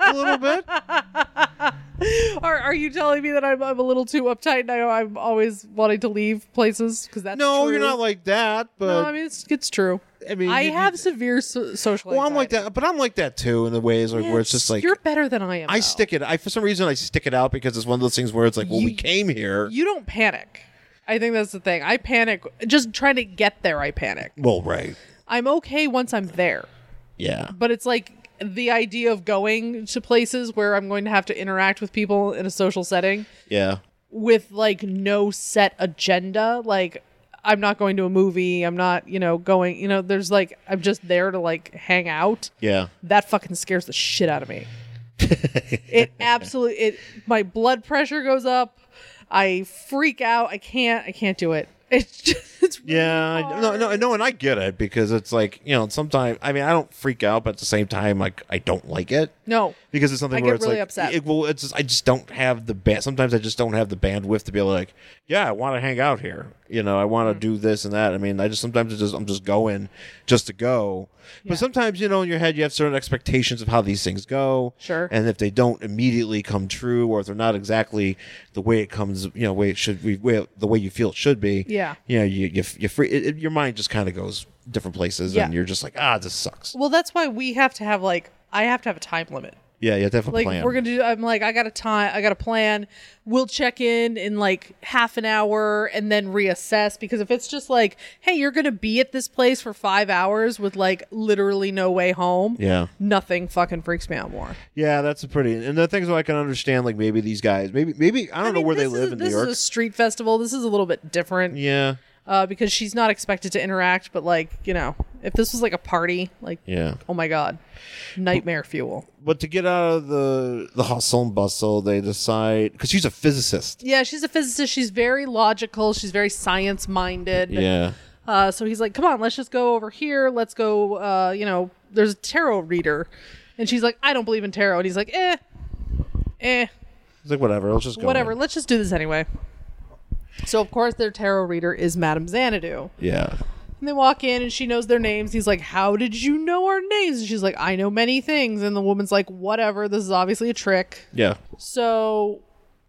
a
<laughs>
little bit?
now? <laughs> are, are you telling me that I'm, I'm a little too uptight and I, I'm always wanting to leave places? Because that's
No, you're
true.
not like that. But
no, I mean it's it's true.
I mean,
I
you-
have severe so- social.
Well, I'm like
anxiety.
that, but I'm like that too in the ways like, where it's just like
you're better than I am.
I
though.
stick it. I for some reason I stick it out because it's one of those things where it's like, well, we
You-
came here.
You don't panic. I think that's the thing. I panic just trying to get there. I panic.
well, right.
I'm okay once I'm there,
Yeah.
but it's like the idea of going to places where I'm going to have to interact with people in a social setting
Yeah.
with like no set agenda. Like I'm not going to a movie. I'm not you know going. You know, there's like I'm just there to like hang out.
Yeah.
that fucking scares the shit out of me. it absolutely it my blood pressure goes up. I freak out. I can't I can't do it. It's <laughs> just it's really
Yeah, I- no,
hard.
no, no, and I get it because it's like you know. Sometimes I mean, I don't freak out, but at the same time, like I don't like it
No.
because it's something
I
where
get
it's
really
like,
upset.
it- well, it's just, I just don't have the band. Sometimes I just don't have the bandwidth to be like, yeah, I want to hang out here. You know, I want
Mm.
to do this and that. I mean, I just sometimes it's just I'm just going just to go. But sometimes you know, in your head, you have certain expectations of how these things go.
Sure.
And if they don't immediately come true, or if they're not exactly the way it comes, you know, way it should we way, the way you feel it should be.
Yeah.
You know, you you, you free. It, it- your mind just kind of goes different places, and
Yeah.
you're just like, ah, this sucks.
Well, that's why we have to have like I have to have a time limit.
Yeah, you have to have a
Like
plan.
we're gonna do. I'm like I got a time. I got a plan. We'll check in in like half an hour and then reassess because if it's just like, hey, you're gonna be at this place for five hours with like literally no way home.
yeah.
Nothing fucking freaks me out more.
Yeah, that's a pretty. And the things where I can understand, like maybe these guys, maybe maybe I don't know
mean,
where they
this is-
live in New
This
York.
is a street festival. This is a little bit different
yeah,
uh, because she's not expected to interact. But like you know, if this was like a party, like
yeah.
oh my god, nightmare fuel.
But to get out of the the hustle and bustle, they decide because she's a
<laughs>
physicist.
Yeah, she's a physicist. She's very logical. She's very science minded.
Yeah,
Uh, so he's like, come on, let's just go over here. Let's go. Uh, you know, there's a tarot reader, and she's like, I don't believe in tarot. And he's like, eh, eh.
it's like whatever. Let's just go.
whatever.
in.
Let's just do this anyway. So of course their tarot reader is Madame Xanadu.
Yeah,
And they walk in and she knows their names. He's like, How did you know our names? And she's like, I know many things. And the woman's like, Whatever, this is obviously a trick.
yeah.
So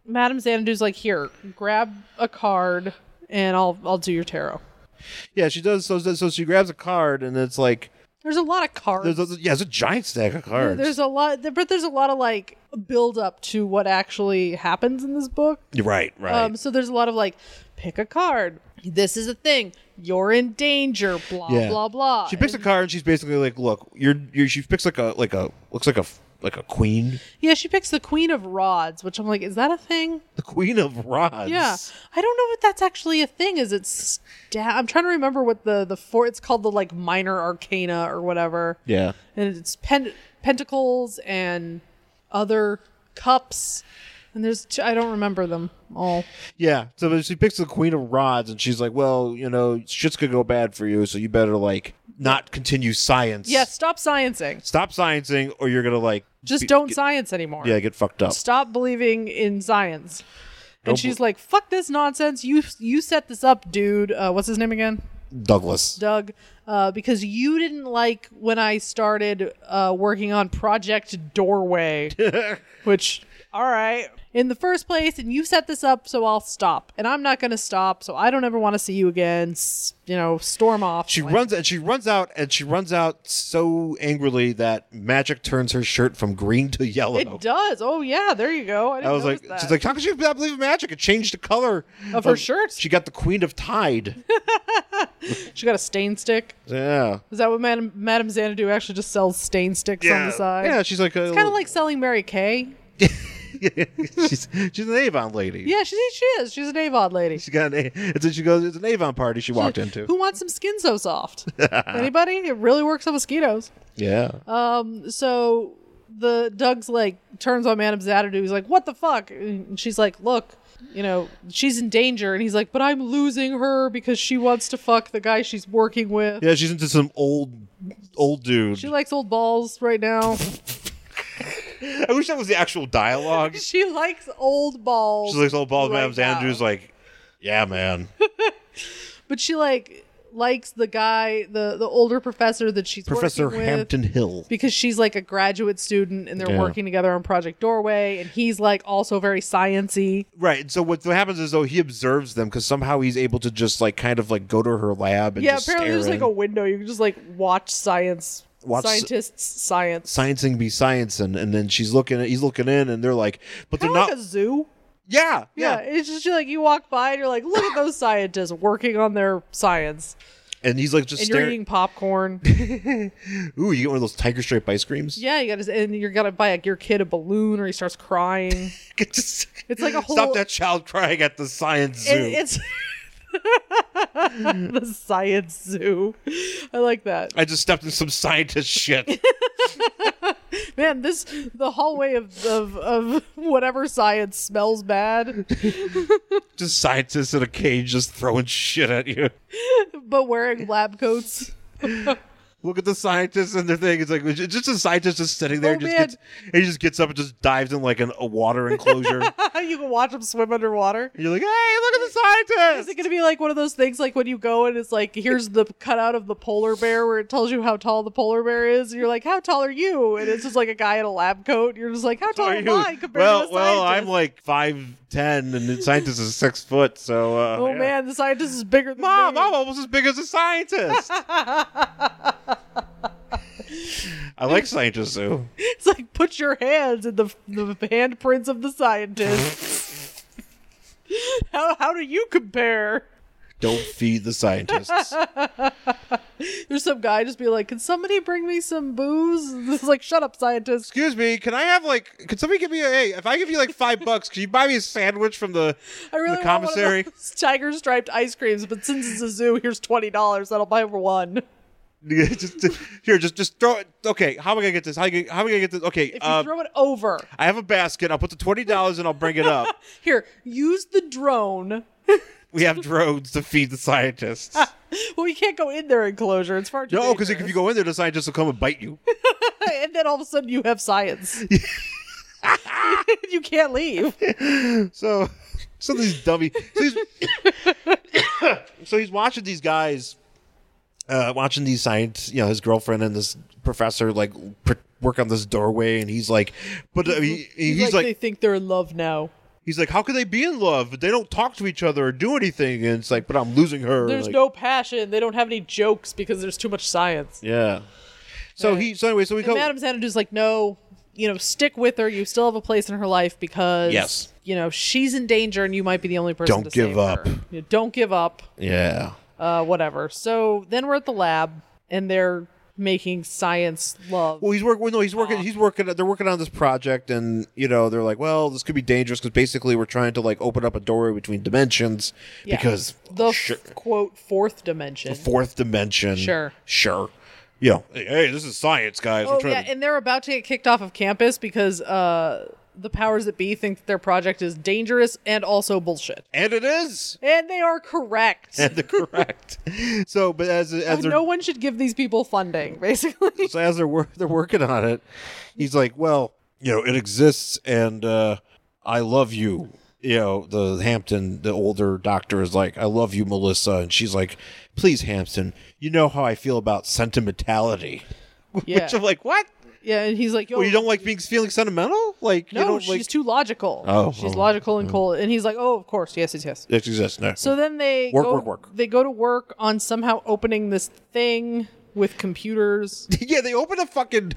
Madame Xanadu's like, Here, grab a card and I'll I'll do your tarot.
Yeah, she does. So, so she grabs a card, and it's like
There's a lot of cards.
there's a, yeah, there's a giant stack of cards.
There's a lot but there's a lot of like build up to what actually happens in this book.
right, right.
Um, so there's a lot of like, pick a card. This is a thing. You're in danger. Blah
Yeah.
blah blah.
she picks a
And-
card, and she's basically like, "Look, you're, you're." She picks like a like a looks like a f- like a queen,
yeah, she picks the Queen of Rods, which I'm like, is that a thing?
the queen of rods.
Yeah, I don't know if that's actually a thing. Is it? Sta- I'm trying to remember what the the four. It's called the like minor arcana or whatever,
yeah.
and it's pen- pentacles and other cups. And there's two, I don't remember them all.
Yeah. So then she picks the Queen of Rods, and she's like, "Well, you know, shit's gonna go bad for you, so you better like not continue science.
Yeah, stop sciencing.
Stop sciencing, or you're gonna like
Just
be-
don't
Get,
science anymore.
yeah, get fucked up.
stop believing in science.
Don't
And she's like, "Fuck this nonsense! You you set this up, dude. Uh, what's his name again?
Douglas.
Doug. Uh, because you didn't like
<laughs>
when I started uh, working on Project Doorway, which all right, in the first place, and you set this up, so I'll stop. And I'm not going to stop, so I don't ever want to see you again. S- you know, storm off.
She
Like,
runs and she runs out and she runs out so angrily that Magic turns her shirt from green to yellow.
It does. Oh, yeah, there you go. I, didn't
I was like,
notice that. Oh,
she's like, how could you not believe in magic? It changed the color
Of her shirts.
She got the Queen
<laughs>
of Tide.
she got a stain stick.
yeah,
Is that what Madam, Madam Xanadu actually just sells stain sticks on the side?
yeah. She's like,
It's kind of like selling Mary Kay.
<laughs> she's she's an Avon lady.
Yeah, she, she is. She's an Avon lady.
<laughs> She got an, A- it's a, she goes. It's an Avon party she walked into.
Who wants some skin so soft? <laughs> Anybody? It really works on mosquitoes.
Yeah,
Uh, so the Doug's like turns on Madame Xanadu. He's like, "What the fuck?" And she's like, "Look, you know, she's in danger." And he's like, "But I'm losing her because she wants to fuck the guy she's working with.
yeah. She's into some old old dude.
She likes old balls right now. <laughs>
I wish that was the actual dialogue. "Oh, she
she likes old balls.
likes old bald Madame
right now.
Xandu's like, yeah, man.
but she like likes the guy, the the older professor that she's
Professor
working with.
Hampton Hill.
because she's like a graduate student and they're
Yeah.
working together on Project Doorway, and he's like also very sciency.
Right. And so what, what happens is though he observes them because somehow he's able to just like kind of like go to her lab and
Yeah,
just
apparently
stare
there's like a
in.
window you can just like watch science,
Watch s-
scientists science.
sciencing be sciencing and then she's looking at he's looking in and they're like but
Kind
they're
of
not
like a zoo.
yeah,
Yeah.
yeah
it's just like you walk by and you're like, look at those scientists working on their science,
and he's like just
and you're
staring
eating
<laughs>
popcorn.
ooh you get one of those tiger stripe ice creams
yeah, you got to, and you're gonna buy like, your kid a balloon, or he starts
<laughs>
crying.
Just-
It's like a whole.
stop that child crying at the science zoo
It- it's <laughs> the science zoo. I like that.
I just stepped in some scientist shit.
<laughs> Man, this the hallway of of, of whatever science smells bad,
just scientists in a cage just throwing shit at you.
but wearing lab coats.
Look at the scientists and their thing. It's like it's just a scientist just sitting there.
Oh,
just
man.
gets, he just gets up and just dives in like an,
<laughs>
a water enclosure. and
you can watch them swim underwater.
you're like, hey, look at the
Is
scientist.
it going to be like one of those things like when you go and it's like, here's the cutout of the polar bear where it tells you how tall the polar bear is? And you're like, how tall are you? And it's just like a guy in a lab coat. and you're just like, how tall
Are
am
you-
I "Oh, compared
well,
to a
well,
scientist?
I'm like five ten, and the scientist is six foot. So, uh,
oh
yeah.
man, the scientist is bigger than
mom,
me.
I'm almost as big as a <laughs> scientist. I like scientists though.
It's like, put your hands in the, the handprints of the scientists.
<laughs>
how, how do you compare?
Don't feed the scientists.
There's some guy just be like, can somebody bring me some booze? <laughs> And It's like, shut up, scientist.
<laughs> Excuse me, can I have like? Can somebody give me a? Hey, if I give you like five bucks, can you buy me a sandwich from the
I really want
the
one of
commissary?
those <laughs> tiger striped ice creams, but since it's a zoo, here's twenty dollars. That'll buy for one.
<laughs> just, just- here, just just throw it. Okay, how am I gonna get this? How, you- how am I gonna get this? Okay,
If you
uh,
throw it over,
I have a basket. I'll put the twenty dollars and I'll bring
<laughs>
it up.
here, use the drone.
we have drones to feed
<laughs>
the scientists.
Well, you can't go in their enclosure. It's far too.
No, because if
dangerous.
you go in there, the scientists will come and bite you.
<laughs> and then all of a sudden you have
<laughs>
science. <laughs> you can't leave.
So, <laughs> so these dummy. So he's, <coughs> so he's watching these guys, uh, watching these science. You know, his girlfriend and this professor like pr- work on this doorway, and he's like, but uh, he, he's, like,
they think they're in love now.
he's like, how can they be in love? They don't talk to each other or do anything, and it's like, but I'm losing her.
There's
like-
no passion. They don't have any jokes because there's too much science.
Yeah. So he. So anyway, so we
And
go.
Madame Xanadu's like, no, you know, stick with her. You still have a place in her life because,
Yes.
you know, she's in danger and you might be the only person
Don't
to
give
save
up.
her. You know, don't give up.
yeah.
Uh, whatever. So then we're at the lab and they're making science love.
Well, he's working. No, he's
Oh.
working. He's working. They're working on this project, and you know, they're like, "Well, this could be dangerous because basically we're trying to like open up a doorway between dimensions
Yeah.
because
the f-
sure,
quote fourth dimension.
fourth dimension.
Sure.
sure. You know, hey, hey, this is science, guys.
Oh
we're
yeah,
trying to-
and they're about to get kicked off of campus because uh, the powers that be think that their project is dangerous and also bullshit.
and it is. <laughs>
And they are correct.
And they're correct. so, but as as they're
no one should give these people funding, <laughs> basically.
so as they're wor- they're working on it, he's like, "Well, you know, it exists, and uh, I love you." You know, the Hampton, the older doctor is like, "I love you, Melissa," and she's like, "Please, Hampton, you know how I feel about sentimentality."
yeah.
Which I'm like, "What?"
Yeah, and he's like, Yo,
Well, you don't like being feeling sentimental? Like you
No,
don't
she's
like
too logical.
Oh,
she's
oh,
logical and cold. And he's like, Oh, of course, yes, yes, yes.
it exists no.
So then they
Work,
go,
work, work.
They go to work on somehow opening this thing with computers.
<laughs> yeah, they open a fucking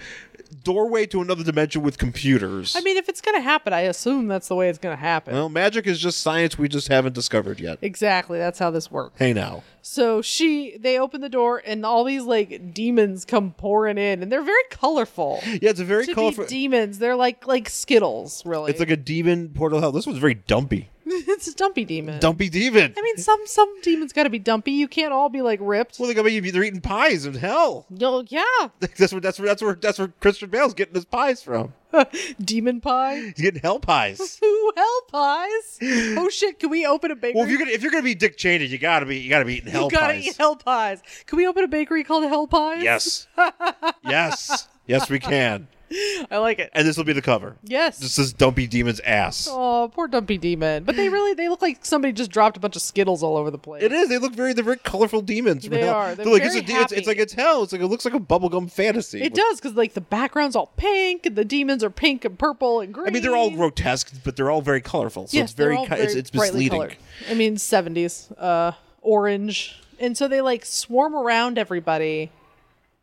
doorway to another dimension with computers.
I mean, if it's gonna happen, I assume that's the way it's gonna happen.
well, magic is just science we just haven't discovered yet.
Exactly, that's how this works.
Hey now.
So she, they open the door, and all these like demons come pouring in, and they're very colorful.
Yeah, it's a very
to
colorful.
be demons, they're like like skittles, really.
it's like a demon portal hell. This one's very dumpy.
<laughs> it's a dumpy demon.
Dumpy demon.
I mean, some some demons got to be dumpy. You can't all be like ripped.
well, they gotta be they're eating pies in hell.
No, yeah,
That's where that's where that's where that's where Christian Bale's getting his pies from.
demon pie.
He's getting hell pies.
<laughs> Who hell pies? Oh shit! Can we open a bakery?
well, if you're gonna if you're gonna be Dick Cheney, you gotta be you gotta be eating
<laughs>
hell
you gotta
pies.
eat hell pies. Can we open a bakery called Hell Pies?
Yes. yes. Yes, we can.
<laughs> I like it.
And this will be the cover.
Yes.
This is Dumpy Demon's ass.
Oh, poor dumpy demon. But they really they look like somebody just dropped a bunch of skittles all over the place.
It is. They look very, they're very colorful demons. from
They
hell.
are. They're
like it's,
very
a, de- it's, it's
happy.
like it's hell. It's like it looks like a bubblegum fantasy.
It does because like the background's all pink and the demons are pink and purple and green.
I mean, they're all grotesque, but they're all very colorful. So
yes,
it's very,
they're all
co- it's, it's
brightly
misleading.
colored. I mean, seventies, uh, orange, and so they like swarm around everybody,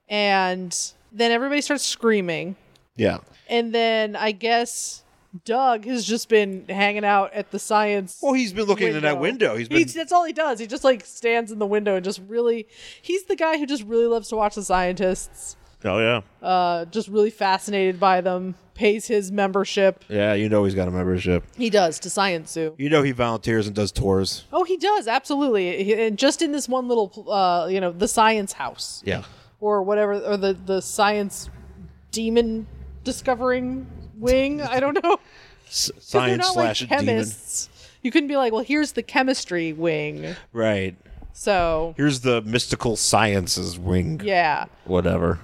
and then everybody starts screaming,
Yeah.
and then I guess Doug has just been hanging out at the science.
Well, he's been looking in that window. He's been.
that's all he does. He just like stands in the window and just really. He's the guy who just really loves to watch the scientists.
oh yeah.
Uh, just really fascinated by them. Pays his membership.
Yeah, you know he's got a membership.
He does to Science Zoo.
You know he volunteers and does tours.
Oh, he does absolutely. He, and just in this one little, uh, you know, the Science House
Yeah.
or whatever, or the the Science Demon discovering wing. I don't know. <laughs>
S-
'Cause they're
science
not
slash
like
a demon.
chemists. You couldn't be like, well, here's the chemistry wing.
Right.
So
Here's the mystical sciences wing. Oh,
yeah.
Whatever.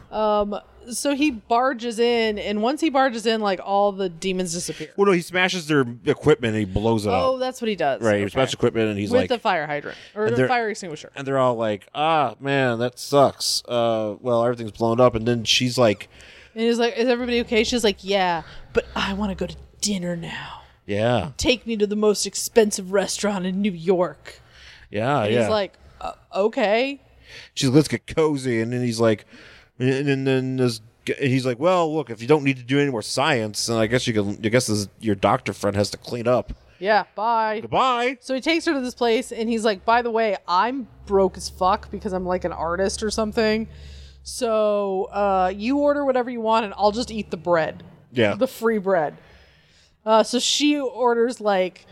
So he barges in, and once he barges in, like all the demons disappear.
Well, no, he smashes their equipment and he blows it
Oh,
up.
that's what he does.
Right, he
Okay.
smashes equipment and he's
With
like,
the fire hydrant or
And
the
they're-
fire extinguisher.
and they're all like, ah, man, that sucks. Uh, well, everything's blown up, and then she's like,
And he's like, "Is everybody okay?" She's like, "Yeah, but I want to go to dinner now.
yeah,
Take me to the most expensive restaurant in New York."
yeah,
And
yeah.
he's like, uh, "Okay."
she's let's get cozy, and then he's like, and then- then this. g- and He's like, well, look, if you don't need to do any more science, then I guess you can. I guess this, your doctor friend has to clean up.
Yeah. Bye.
Goodbye.
So he takes her to this place, and he's like, "By the way, I'm broke as fuck because I'm like an artist or something. So uh, you order whatever you want, and I'll just eat the bread,
Yeah,
the free bread." Uh, so she orders like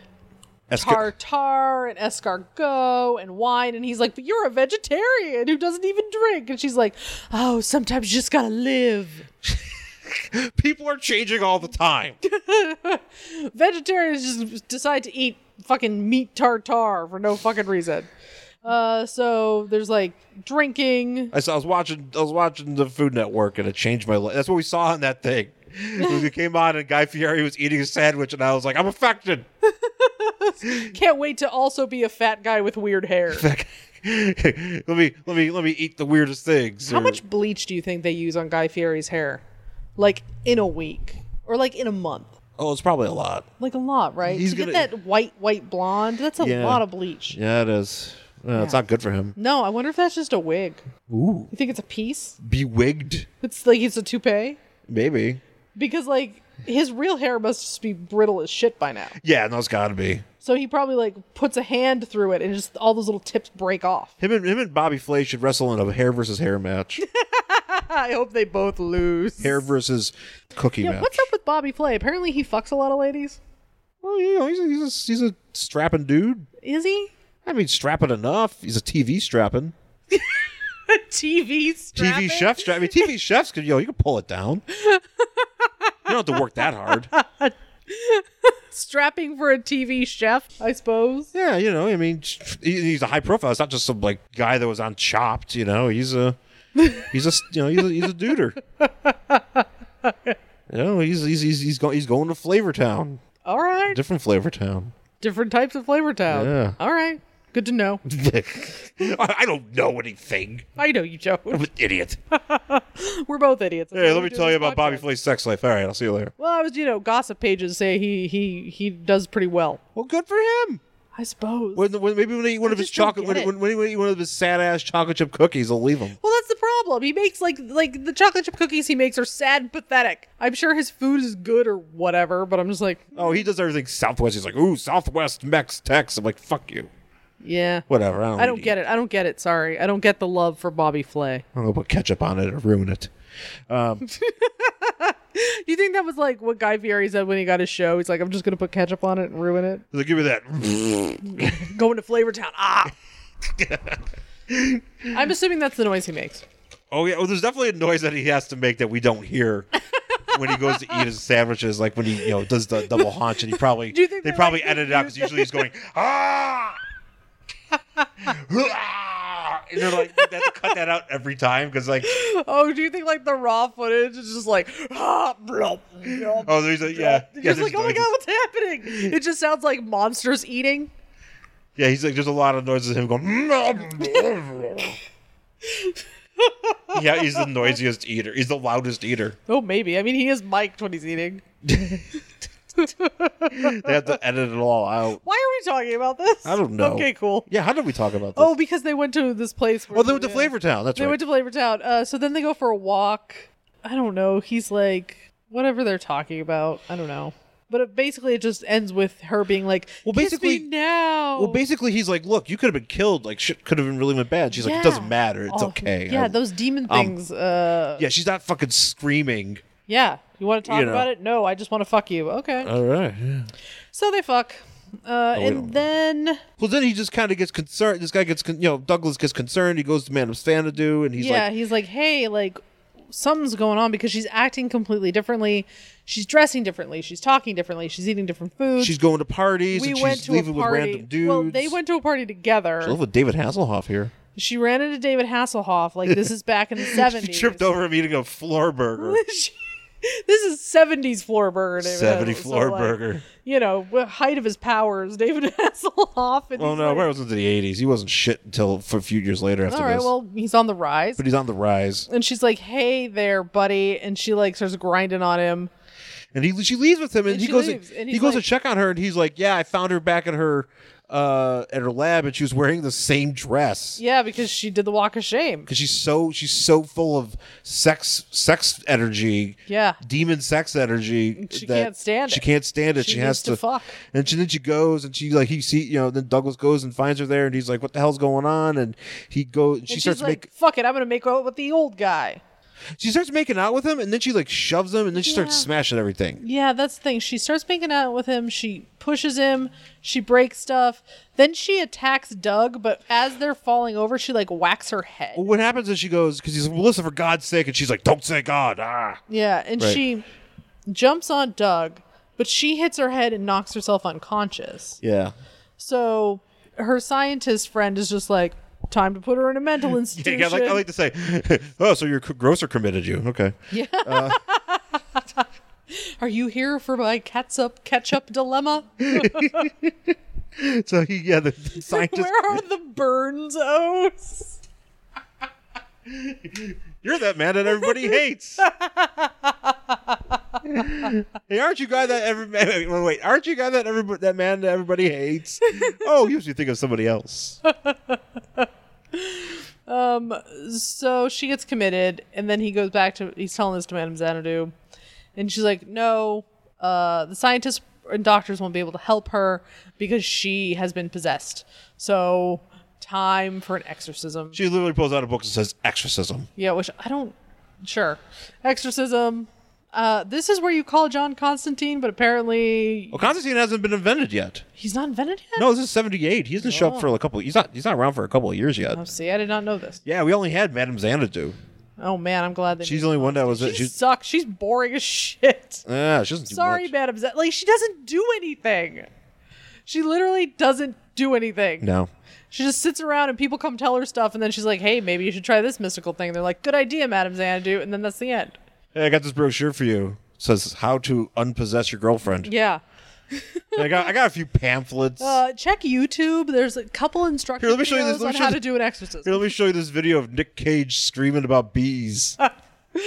Esca-
tartar and escargot and wine and he's like but you're a vegetarian who doesn't even drink and she's like oh sometimes you just gotta live
<laughs> people are changing all
<laughs>
the time.
vegetarians just decide to eat fucking meat tartar for no fucking reason uh so there's like drinking
I, saw, I was watching. I was watching the Food Network, and it changed my life. That's what we saw on
<laughs>
that thing. It was- it came on, and Guy Fieri was eating a sandwich, and I was like, "I'm affected." <laughs>
can't wait to also be a fat guy with weird hair
let me let me let me eat the weirdest things.
how
or-
much bleach do you think they use on guy fieri's hair like in a week or like in a month
Oh, it's probably a lot.
like a lot right
He's
to get
gonna-
that white white blonde that's a
Yeah.
lot of bleach
Yeah, it is. Uh, It's
Yeah.
not good for him.
No, I wonder if that's just a wig.
Ooh,
You think it's a piece?
bewigged,
It's like it's a toupee?
maybe.
Because like his real hair must just be brittle as shit by now.
Yeah, no, it's got to be
So he probably like puts a hand through it and just all those little tips break off.
him and him and Bobby Flay should wrestle in a hair versus hair match,
<laughs> I hope they both lose.
hair versus cookie
yeah,
match.
what's up with Bobby Flay? Apparently he fucks a lot of ladies.
Well, you know, he's a, he's a, he's a strapping dude.
Is <laughs> he?
I mean, strapping enough. He's a TV strapping.
TV strapping?
TV chef strap. I mean, TV chefs could yo, you can pull
<laughs>
it down. You don't have to work that hard.
strapping for a TV chef, I suppose.
Yeah, you know, I mean, he- he's a high profile. It's not just some like guy that was on Chopped. You know, he's a he's a you know he's a, he's a duder. You know, he's he's he's he's going he's going to Flavor Town,
All right.
different Flavor Town.
Different types of flavor town.
Yeah.
All right. Good to
<laughs>
know.
I I don't know anything.
I know you, Joe.
I'm an idiot.
<laughs> We're both idiots. That's
Hey,
why
let
we
me
do
tell
this
you about Bobby
podcast.
Flay's sex life. All right, I'll see you later.
Well, I was, you know, gossip pages say he he he does pretty well.
Well, good for him.
I suppose.
When, when, maybe when he eat one
I
of his
just don't
chocolate,
get
when,
it.
when, when he eat one of his sad ass chocolate chip cookies, I'll leave him.
well, that's the problem. He makes like like the chocolate chip cookies he makes are sad and pathetic. I'm sure his food is good or whatever, but I'm just like,
Oh, he does everything Southwest. He's like, ooh, Southwest Mex Tex. I'm like, fuck you.
yeah.
Whatever. I don't,
I don't get it. I don't get it. Sorry, I don't get the love for Bobby Flay.
I'm gonna put ketchup on it or ruin it.
Do you think that was like what Guy Fieri said when he got his show? He's like, I'm just gonna put ketchup on it and ruin it.
He's like, give me that.
Going to Flavortown.
<laughs>
Ah. I'm assuming that's the noise he makes.
Oh yeah, well, there's definitely a noise that he has to make that we don't hear when he goes to eat his sandwiches, like when he you know does the double haunch, and he probably
Do you think
they
they're
probably
like-
edit it out because usually he's going ah, <laughs> ah, and they're like they have to cut that out every time because like
Oh, do you think like the raw footage is just like ah, blop, blop,
oh there's a yeah
You're
yeah
just like, oh my
there's noises."
god, what's happening? It just sounds like monsters eating.
yeah he's like there's a lot of noises of him going <laughs> yeah he's the noisiest eater he's the loudest eater
Oh, maybe. I mean, he is mic'd when he's
<laughs>
eating.
they have to edit it all out
Why are we talking about this?
I don't know
Okay, cool.
yeah how did we talk about this
Oh, because they went to this place. Where
Oh, they went to
yeah.
Flavortown. That's
They
right.
went to Flavortown. Uh, so then they go for a walk. I don't know. He's like whatever they're talking about. I don't know. But it, basically, it just ends with her being like,
Well,
"Kiss
basically-
me now."
Well, basically, he's like, "Look, you could have been killed. Like, shit could have been really went bad." She's like, "It doesn't
Yeah.
matter. It's
Oh,
okay."
Yeah,
I-
those demon things. uh,
yeah. She's not fucking screaming.
yeah. You want to talk
you know. Uh,
about it? No, I just want to fuck you. Okay.
All right. Yeah.
So they fuck. Uh, and then
Well, then he just kind of gets concerned. This guy gets, con- you know, Douglas gets concerned. He goes to Man of Xanadu, and he's
yeah,
like,
he's like, "Hey, like something's going on because she's acting completely differently. She's dressing differently. She's talking differently. She's eating different foods.
"She's going to parties,
we
and
went
she's
to a
leaving with
party.
random dudes."
Well, they went to a party together.
I love with David Hasselhoff
<laughs>
here.
She ran into David Hasselhoff. Like this is back
<laughs>
in the
She
seventies.
tripped over him eating a floor burger.
<laughs> She- this is seventies floor burger. David
Seventy
Hasselhoff. So,
floor
like, <laughs>
burger.
You know, wh- height of his powers, David <laughs> Hasselhoff. And
Oh
he's
no,
like,
where was into the eighties? He wasn't shit until for a few years later after
all right.
this.
Well, he's on the rise.
but he's on the rise,
and she's like, "Hey there, buddy," and she like starts grinding on him.
and he she leaves with him, and,
And
he
she
goes
leaves, and
he
he's
goes
like-
to check on her, and he's like, "Yeah, I found her back at her uh at her lab, and she was wearing the same dress
Yeah, because she did the walk of shame.
because she's so she's so full of sex sex energy,
Yeah.
demon sex energy.
She
that
can't stand
She
it.
can't stand it. She,
She
has
needs to fuck.
And she, then she goes, and she like he see you know. Then Douglas goes and finds her there, and he's like, "What the hell's going on?" And he goes, she
And
starts
she's like,
making
"Fuck it, I'm gonna make out with the old guy."
she starts making out with him, and then she like shoves him, and then she starts
Yeah.
smashing everything.
Yeah, that's the thing. She starts making out with him. She pushes him. She breaks stuff. Then she attacks Doug, but as they're falling over, she like whacks her head.
Well, what happens is she goes because he's like, well, listen for God's sake, and she's like, don't say God. Ah,
Yeah, and
Right.
she jumps on Doug, but she hits her head and knocks herself unconscious.
yeah.
So her scientist friend is just like, "Time to put her in a <laughs> mental institution."
yeah like, I like to say, <laughs> oh, so your c- grocer committed you. Okay.
Are you here for my catsup ketchup dilemma?
So he, yeah, the, the scientist,
Where are the Burns O's?
you're that man that everybody hates. hey, aren't you guy that every <laughs> wait, wait, wait, aren't you guy that everybody that man that everybody hates? oh, you usually think of somebody else.
So she gets committed, and then he goes back to he's telling this to Madame Xanadu, and she's like, "No, uh, the scientists and doctors won't be able to help her because she has been possessed. So time for an exorcism."
She literally pulls out a book and says exorcism.
Yeah, which I don't. Sure, exorcism. Uh, this is where you call John Constantine, but apparently
Well, Constantine hasn't been invented yet.
he's not invented yet.
No, this is seventy eight. He doesn't show up for a couple. He's not. He's not around for a couple of years yet.
Oh, see, I did not know this.
Yeah, we only had Madame Xanadu.
Oh man, I'm glad they.
She's the only one that was.
She
She's,
sucks. She's boring as shit.
yeah, she doesn't do
Sorry,
much.
Madam Z. Like she doesn't do anything. She literally doesn't do anything.
No.
She just sits around and people come tell her stuff, and then she's like, "Hey, maybe you should try this mystical thing." They're like, "Good idea, Madam Xanadu," and then that's the end.
Hey, I got this brochure for you. It says how to unpossess your girlfriend.
Yeah.
I got I got a few pamphlets.
Uh, check YouTube. There's a couple instructions
Here, let me show you this, let me
on
show
how
you
to
this.
do an exorcism.
Here, let me show you this video of Nick Cage screaming
<laughs>
about bees.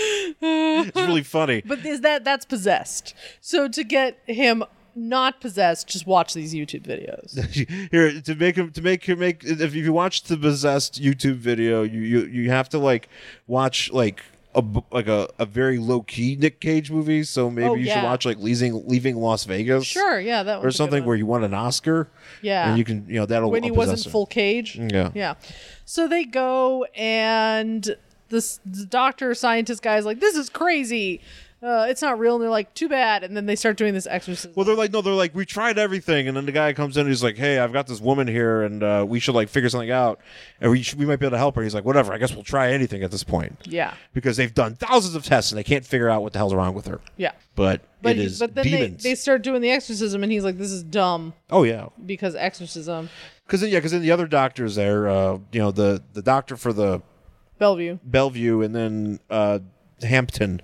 it's really funny.
But is that that's possessed? So to get him not possessed, just watch these YouTube videos.
Here to make him to make him make if you watch the possessed YouTube video, you you, you have to like watch like a b- like a, a very low key Nick Cage movie. So maybe
Oh,
you should
yeah.
watch like Leaving Leaving Las Vegas,
Sure, yeah, that
or
one's a good
something
one.
where you won an Oscar.
Yeah.
and you can you know that'll
when he
uh,
was
possess
in
him.
full cage.
Yeah.
yeah. So they go and this the doctor scientist guy's like, "This is crazy. Uh, it's not real." And they're like, "Too bad." And then they start doing this exorcism.
Well, they're like, no, they're like, we tried everything, and then the guy comes in and he's like, hey, I've got this woman here, and uh, we should like figure something out, and we should, we might be able to help her. He's like, whatever, I guess we'll try anything at this point.
yeah,
because they've done thousands of tests and they can't figure out what the hell's wrong with her.
yeah.
But,
But,
it
he-
is
but then they,
demons.
they start doing the exorcism, and he's like, "This is dumb
oh yeah,
because exorcism."
because yeah, because then the other doctors there, uh, you know, the the doctor for the
Bellevue.
Bellevue and then uh, Hampton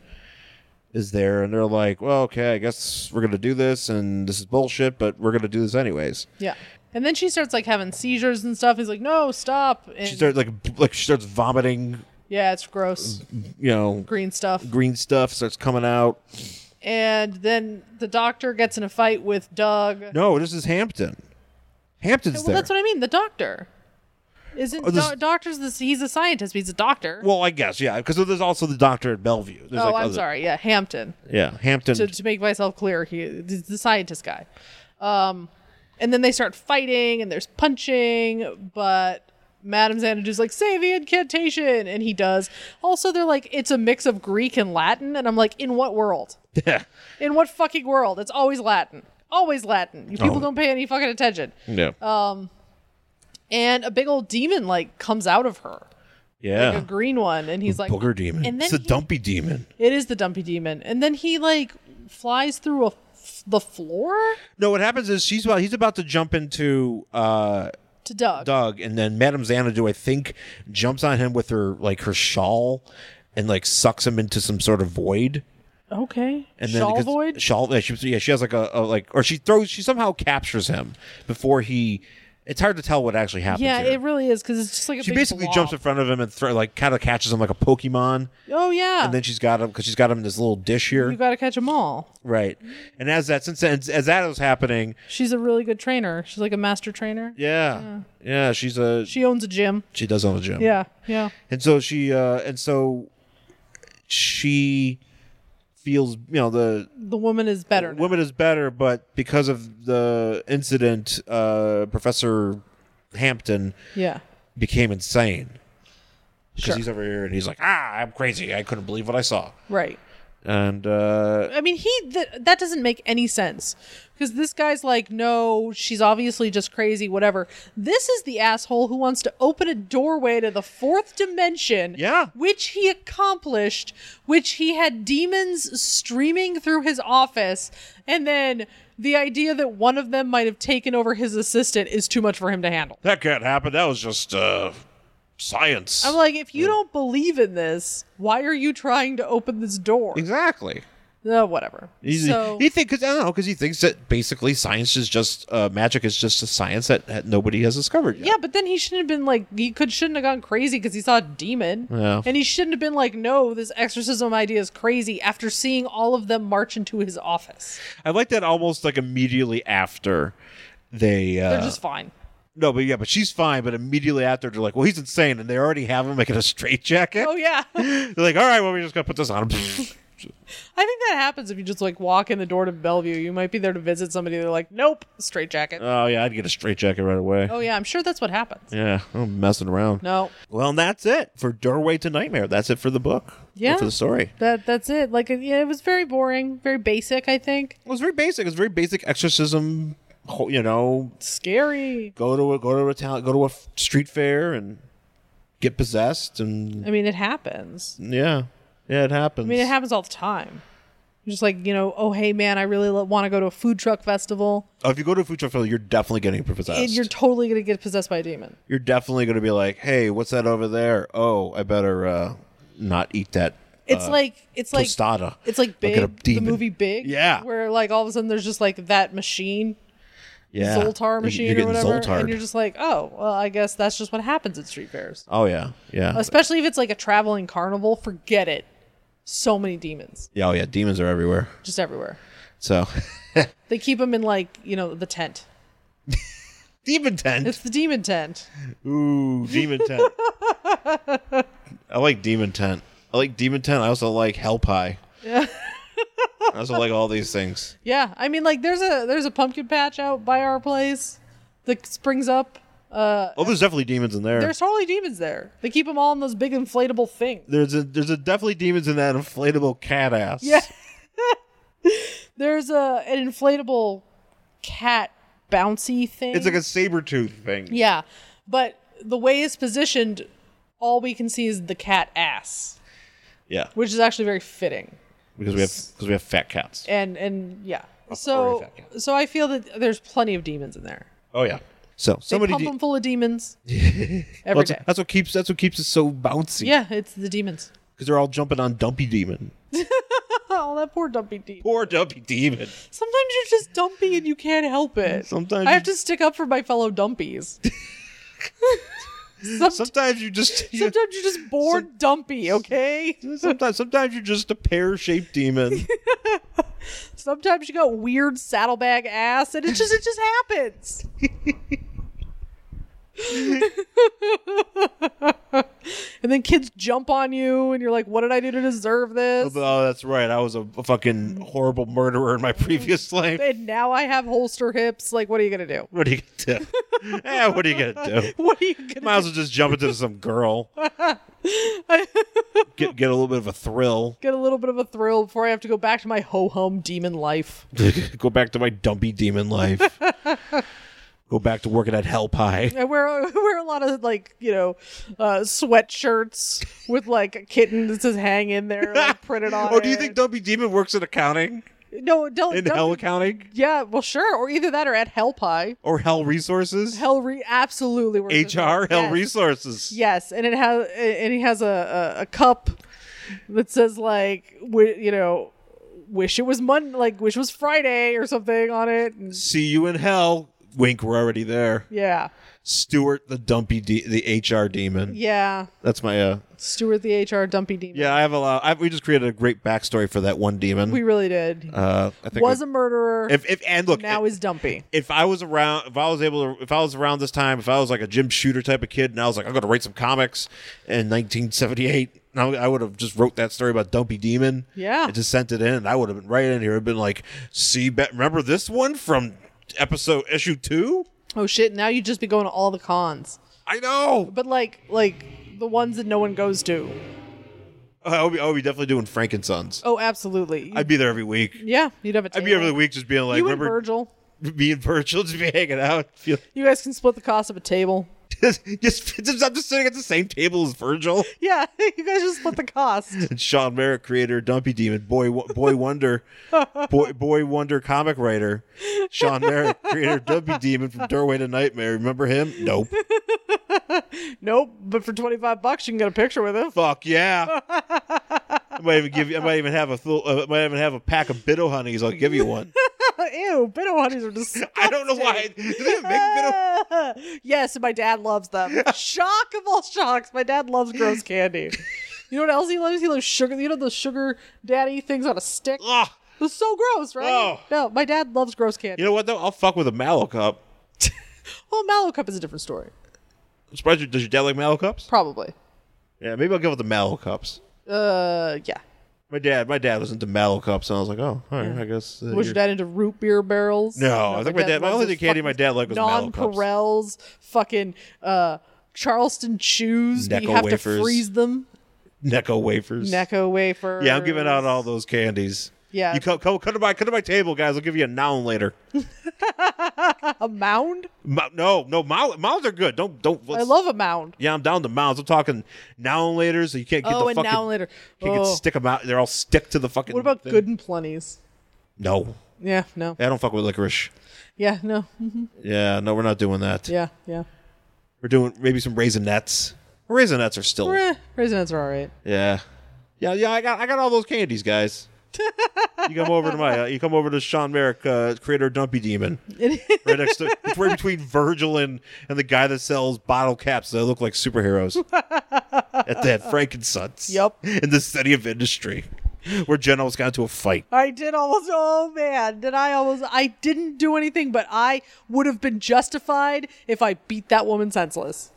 is there, and they're like, well, okay, I guess we're gonna do this, and this is bullshit, but we're gonna do this anyways.
Yeah. And then she starts like having seizures and stuff. He's like, "No, stop!" And
She starts like b- like she starts vomiting,
yeah, it's gross.
you know,
Green stuff.
green stuff starts coming out.
And then the doctor gets in a fight with Doug.
No, this is Hampton. Hampton's
well,
there.
that's what I mean. The doctor isn't
Oh, this-
do- doctors. This he's a scientist. He's a doctor.
well, I guess yeah, because there's also the doctor at Bellevue. There's
oh,
like
I'm
other-
sorry. Yeah, Hampton.
Yeah, Hampton.
To, to make myself clear, he he's the scientist guy. Um, and then they start fighting, and there's punching, but. Madame Xanadu's like, say the incantation. And he does. Also, they're like, it's a mix of Greek and Latin. And I'm like, in what world?
<laughs> Yeah.
In what fucking world? It's always Latin. Always Latin. You people
Oh.
don't pay any fucking attention.
Yeah.
Oh, And a big old demon like comes out of her,
yeah.
a green one, and he's like
Booger demon.
And then
it's a
he-
dumpy demon.
It is the dumpy demon, and then he like flies through a f- the floor
No, what happens is she's about he's about to jump into uh
to Doug.
Doug and then Madame Xanadu, I think, jumps on him with her like her shawl and like sucks him into some sort of void.
Okay,
And then
shawl
because-
void.
Shawl yeah, she, yeah, she has like a, a like or she throws she somehow captures him before he it's hard to tell what actually happens.
yeah,
here.
it really is because it's just like a
she
big
basically
blob.
jumps in front of him and thro- like kind of catches him like a Pokemon,
Oh yeah,
and then she's got him because she's got him in this little dish here,
you got to catch them all.
right? And as that since as, as that was happening,
She's a really good trainer. She's like a master trainer.
Yeah. Yeah, she's a she,
She owns a gym.
does own a gym.
Yeah, yeah.
And so she uh and so she feels, you know, the
The woman is better. now.
woman is better, but because of the incident, uh Professor Hampton
Yeah,
became insane. Because
Sure.
he's over here and he's like, "Ah, I'm crazy. I couldn't believe what I saw."
right.
And uh
I mean, he th- that doesn't make any sense because this guy's like, no, she's obviously just crazy, whatever. This is the asshole who wants to open a doorway to the fourth dimension,
Yeah.
which he accomplished, which he had demons streaming through his office, and then the idea that one of them might have taken over his assistant is too much for him to handle.
that can't happen. That was just uh science.
I'm like, if you don't believe in this, why are you trying to open this door?
exactly.
Uh, whatever.
He's,
So-
he thinks, I don't know, because he thinks that basically science is just uh, magic is just a science that, that nobody has discovered yet.
Yeah, but then he shouldn't have been like he could shouldn't have gone crazy because he saw a demon,
Yeah.
and he shouldn't have been like, no, this exorcism idea is crazy after seeing all of them march into his office.
I like that almost like immediately after they uh,
They're just fine.
no, but yeah, but she's fine. But immediately after they're like, well, he's insane, and they already have him like in a straitjacket.
Oh yeah, <laughs> I
<laughs> They're like, all right, well, we just gotta put this on him. <laughs>
think that happens if you just like walk in the door to Bellevue. You might be there to visit somebody. They're like, nope, straight jacket.
oh yeah, I'd get a straitjacket right away.
oh yeah, I'm sure that's what happens.
Yeah, I'm messing around.
No,
Well, and that's it for Doorway to Nightmare. That's it for the book.
Yeah.
for the story.
that that's it. Like uh, yeah, it was very boring, very basic. I think
It was very basic. It was very basic exorcism. ho- You know,
scary.
go to a go to a town, go to a f- street fair and get possessed and
I mean, it happens.
yeah, yeah, it happens.
I mean, it happens all the time. Just like you know, oh hey man, I really want to go to a food truck festival.
oh, if you go to a food truck festival, you're definitely getting possessed.
And you're totally gonna get possessed by a demon.
You're definitely going to be like, hey, what's that over there? Oh, I better uh, not eat that
It's like it's like
tostada.
it's like
Look at a
big the
demon.
movie Big.
Yeah.
Where like all of a sudden there's just like that machine,
Yeah.
Zoltar machine
You're
or
getting
whatever,
Zoltar'd.
and you're just like, oh, well, I guess that's just what happens at street fairs.
oh yeah, yeah,
Especially if it's like a traveling carnival, forget it. So many demons
yeah. Oh yeah, demons are everywhere.
just everywhere.
So
They keep them in like you know the tent.
demon tent.
It's the <laughs> demon tent.
Ooh, demon
<laughs>
tent. I like demon tent. I like demon tent. I also like hell pie. Yeah. I also like all
<laughs>
these things.
Yeah, I mean like there's a there's a pumpkin patch out by our place that springs up. Uh,
Oh, there's definitely demons in there.
there's totally demons there. They keep them all in those big inflatable things.
there's a there's a definitely demons in that inflatable cat ass.
Yeah. There's a an inflatable cat bouncy thing.
It's like a saber tooth thing.
yeah, but the way it's positioned, all we can see is the cat ass,
Yeah.
which is actually very fitting.
Because we have because we have fat cats.
And and yeah, so
fat
so I feel that there's plenty of demons in there.
Oh yeah. So
They
somebody
pump
de-
them full of
<laughs>
demons every
that's,
day.
that's what keeps that's what keeps it so bouncy.
Yeah, it's the demons.
Because they're all jumping on Dumpy Demon.
Oh, that poor dumpy demon.
Poor Dumpy Demon.
Sometimes you're just dumpy and you can't help it.
Sometimes
I have
you-
to stick up for my fellow dumpies. <laughs> Somet-
<laughs> Sometimes you just <laughs> you,
Sometimes you're just bored dumpy, okay?
sometimes sometimes you're just a pear
<laughs>
shaped demon.
Sometimes you got weird saddlebag ass and it just it just happens. <laughs> and then kids jump on you and you're like, what did I do to deserve this?
oh, that's right. I was a, a fucking horrible murderer in my previous life.
<laughs> and now I have holster hips. Like, what are you gonna do? <laughs>
What are you gonna do? eh, what are you gonna do?
What are you gonna
Might as well just jump into
<laughs>
some girl. get get a little bit of a thrill.
get a little bit of a thrill before I have to go back to my ho hum demon life.
<laughs> Go back to my dumpy demon life.
<laughs>
Go back to working at Hell Pie.
I wear <laughs> I wear a lot of like you know uh, sweatshirts with like a kitten that says "hang in there"
<laughs>
like, printed on.
Oh, do you
it.
think Dumpy Demon works in accounting?
no? Don't
In
don't-
Hell Accounting?
Yeah, well, sure, or either that or at Hell Pie.
Or Hell Resources?
Hell re absolutely works. as well.
HR? Hell
Yes.
Resources.
Yes, and it has and he has a a, a cup that says like wi- you know. Wish it was Monday, like wish it was Friday or something on it. And,
See you in Hell. Wink, we're already there.
yeah,
Stuart the Dumpy, de- the HR Demon.
yeah.
That's my, uh,
Stuart the HR dumpy demon.
yeah, I have a lot. I, we just created a great backstory for that one demon.
We really did.
uh, I think
was
we-
a murderer.
if, if and look
now
if,
is dumpy.
if I was around if I was able to if I was around this time if I was like a Jim Shooter type of kid and I was like I'm gonna write some comics in 1978 I would- I would have just wrote that story about Dumpy Demon
Yeah.
and just sent it in and I would have been right in here and been like see be- remember this one from episode issue two
Oh shit! Now you just be going to all the cons,
I know
but like like the ones that no one goes to.
I would be, I would be definitely doing Frankensons
Oh, absolutely.
I'd be there every week
yeah, you'd have a.
I'd be
table.
every week just being like
you and
remember
Virgil.
me and Virgil just be hanging out <laughs> feel,
You guys can split the cost of a table. <laughs>
just, just I'm just sitting at the same table as Virgil.
Yeah, you guys just split the cost.
<laughs> and Sean Merrick, creator, Dumpy Demon, boy, boy wonder, boy, boy wonder, comic writer, Sean Merrick, creator, Dumpy Demon from Doorway to Nightmare. Remember him? Nope.
nope, but for twenty five bucks you can get a picture with him. <laughs>
Fuck yeah. I might even give you. I might even have a. Full, uh, I might even have a pack of Bitto honeys. I'll give you one.
Ew, bitto honeys are
<laughs>
just.
I don't know why. Do they even make Bitto?
<laughs> yes, and my dad loves
<laughs>
them. Shock of all shocks, my dad loves gross candy. You know what else he loves? He loves sugar. You know those sugar daddy things on a stick.
Ugh.
It's so gross, right?
Oh.
No, my dad loves gross candy.
You know what though? I'll fuck with a Mallow cup.
Well, Mallow Cup is a different story,
I'm surprised. you- Does your dad like Mallow cups?
probably.
Yeah, maybe I'll give it the Mallow cups.
Uh, yeah.
My dad, my dad was into Mallow cups, and I was like, oh, all right, I guess. Uh,
Was
you're-
your dad into root beer barrels?
No, I think my dad- my
loves
only
those
candy my
fucking
dad liked was Mallow Cups.
nonpareils, fucking uh, Charleston chews. but you
Necco
have
wafers.
to freeze them.
Necco wafers.
Necco wafer.
Yeah, I'm giving out all those candies.
Yeah.
you come, come, come to my come to my table, guys. I'll give you a noun later.
a mound.
Mo- no, no, mound, mounds are good. Don't don't.
I love a mound.
Yeah, I'm down to mounds. I'm talking noun later, so you can't get
Oh,
the
and
fucking.
now later.
You can
Oh.
stick them out. They're all stick to the fucking.
What about
thing.
good and plenties?
No,
Yeah, no.
I don't fuck with licorice.
Yeah, no.
Yeah, no, we're not doing that.
Yeah, yeah.
We're doing maybe some raisin nuts. Raisin nuts are still.
Eh, raisinets are all right.
Yeah. Yeah, yeah, I got I got all those candies, guys. you come over to my uh, you come over to Sean Merrick, uh, creator of
<laughs>
Dumpy Demon, right next to it's right between Virgil and and the guy that sells bottle caps that look
<laughs>
like superheroes at that Frankensuns.
Yep.
in the city of industry, where Jen almost got into a fight.
I did almost. Oh man, did I almost? I didn't do anything, but I would have been justified if I beat that woman senseless,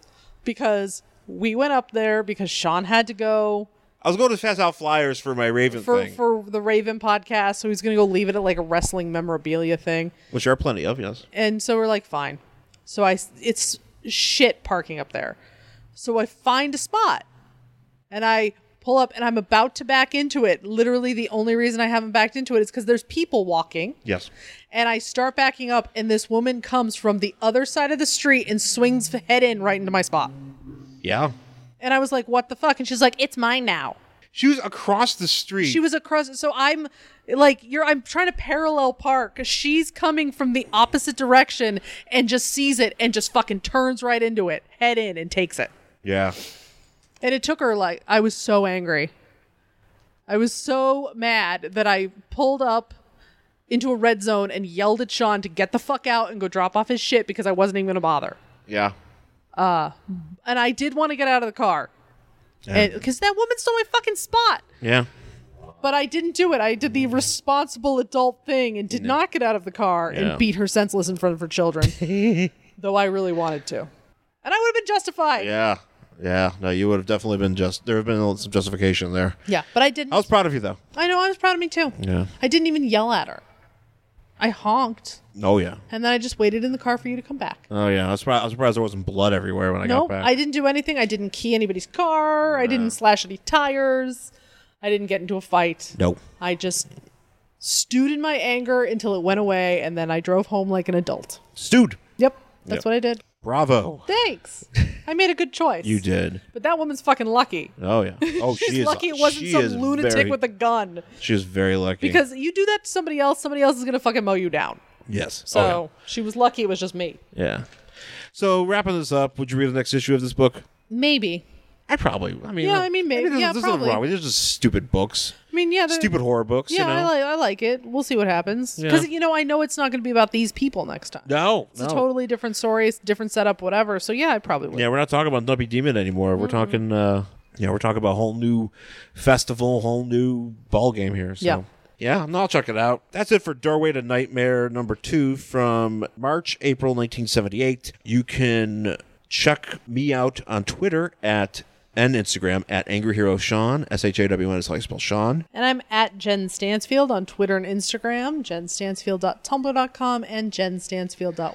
because we went up there because Sean had to go
I was going to pass out flyers for my Raven
for
thing,
for the Raven podcast, so he's gonna go leave it at like a wrestling memorabilia thing,
which there are plenty of. Yes,
and so we're like, fine. So I, it's shit parking up there, so I find a spot, and I pull up, and I'm about to back into it. Literally, the only reason I haven't backed into it is because there's people walking.
yes.
and I start backing up, and this woman comes from the other side of the street and swings f- head in right into my spot.
Yeah.
And I was like, "What the fuck?" And she's like, "It's mine now."
She was across the street.
She was across, so I'm like, "You're." I'm trying to parallel park. She's coming from the opposite direction and just sees it and just fucking turns right into it, head in, and takes it.
Yeah.
And it took her like I was so angry. I was so mad that I pulled up into a red zone and yelled at Sean to get the fuck out and go drop off his shit because I wasn't even gonna bother.
Yeah.
And I did want to get out of the car. Because that woman stole my fucking spot.
Yeah.
But I didn't do it. I did the responsible adult thing and did not get out of the car
Yeah.
and beat her senseless in front of her children.
<laughs>
though I really wanted to. And I would have been justified.
Yeah. Yeah. No, you would have definitely been just. There have been some justification there.
Yeah, but I didn't.
I was proud of you though.
I know I was proud of me too.
Yeah.
I didn't even yell at her. I honked,
Oh yeah.
and then I just waited in the car for you to come back.
Oh yeah. I was surprised. I was surprised there wasn't blood everywhere when I
no,
got back.
I didn't do anything. I didn't key anybody's car. I didn't slash any tires. I didn't get into a fight.
no.
I just stewed in my anger until it went away, and then I drove home like an adult.
Stewed.
Yep, that's
Yep.
what I did.
Bravo.
Thanks. I made a good choice.
You did.
Oh, But that woman's fucking lucky. <laughs>
Oh yeah. Oh,
She's
she is
lucky it wasn't
she
some
is
lunatic
very-
with a gun.
She is very lucky.
Because you do that to somebody else, somebody else is gonna fucking mow you down.
yes.
So
Oh,
she was lucky it was just me.
yeah. yeah. So wrapping this up, would you read the next issue of this book?
Maybe.
I probably. I mean.
Yeah, I mean, maybe.
there's,
Yeah,
there's
probably.
nothing wrong with. it. There's just stupid books.
I mean, yeah, the-
Stupid horror books.
Yeah,
You know?
I like I like it. We'll see what happens because you know I know it's not going to be about these people next time.
no.
It's
no.
a totally different story, it's different setup, whatever. So yeah, I probably would.
Yeah, we're not talking about Dumpy Demon anymore. We're talking, uh, yeah, we're talking about a whole new festival, whole new ball game here. So.
Yeah.
Yeah, no, I'll check it out. That's it for Doorway to Nightmare number two from March, April 1978. You can check me out on Twitter at and Instagram at Angry Hero Sean, S H A W N is how you spell Sean.
And I'm at Jen Stansfield on Twitter and Instagram, jenstansfield.tumblr.com and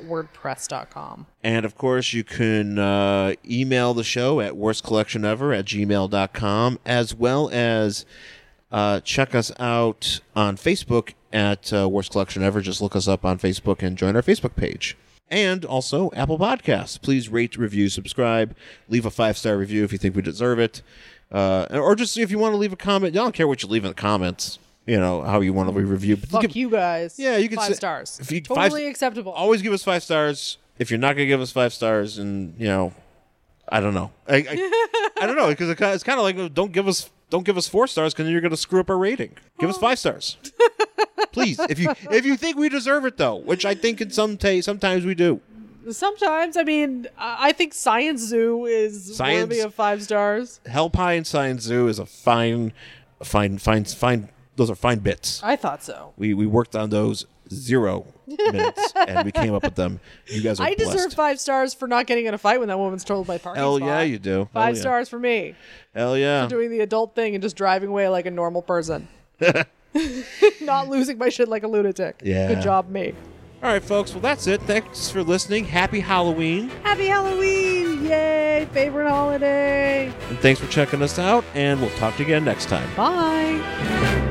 jenstansfield.wordpress.com.
And of course, you can uh, email the show at worstcollectionever at gmail.com, as well as uh, check us out on Facebook at uh, Worst Collection Ever. Just look us up on Facebook and join our Facebook page. And also Apple Podcasts. Please rate, review, subscribe, leave a five star review if you think we deserve it. Uh, or just if you want to leave a comment. I don't care what you leave in the comments, you know, how you want to be reviewed. But
Fuck
give-
you guys.
yeah, you can
five
say-
stars.
if you- five-
totally acceptable.
Always give us five stars. If you're not gonna give us five stars, and you know, I don't know. I I, I don't know because it's kind of like don't give us don't give us four stars because you're gonna screw up our rating. Give us
<laughs>
five stars, please. If you if you think we deserve it though, which I think in some ta- sometimes we do.
Sometimes, I mean, I I think Science Zoo is
Science-
worthy of five stars.
Hell Pie and Science Zoo is a fine, fine, fine, fine. Those are fine bits.
I thought so.
We we worked on those zero minutes and we came up with them. You guys are
I deserve
blessed.
five stars for not getting in a fight when that woman's told by parking
Hell
spot.
yeah, you do.
Five
Hell Oh, yeah.
stars for me.
Hell yeah.
doing the adult thing and just driving away like a normal
<laughs>
person. Not losing my shit like a lunatic.
Yeah.
Good job, me.
All right, folks. Well, that's it. Thanks for listening. Happy Halloween.
Happy Halloween! Yay! Favorite holiday!
And thanks for checking us out. And we'll talk to you again next time.
Bye!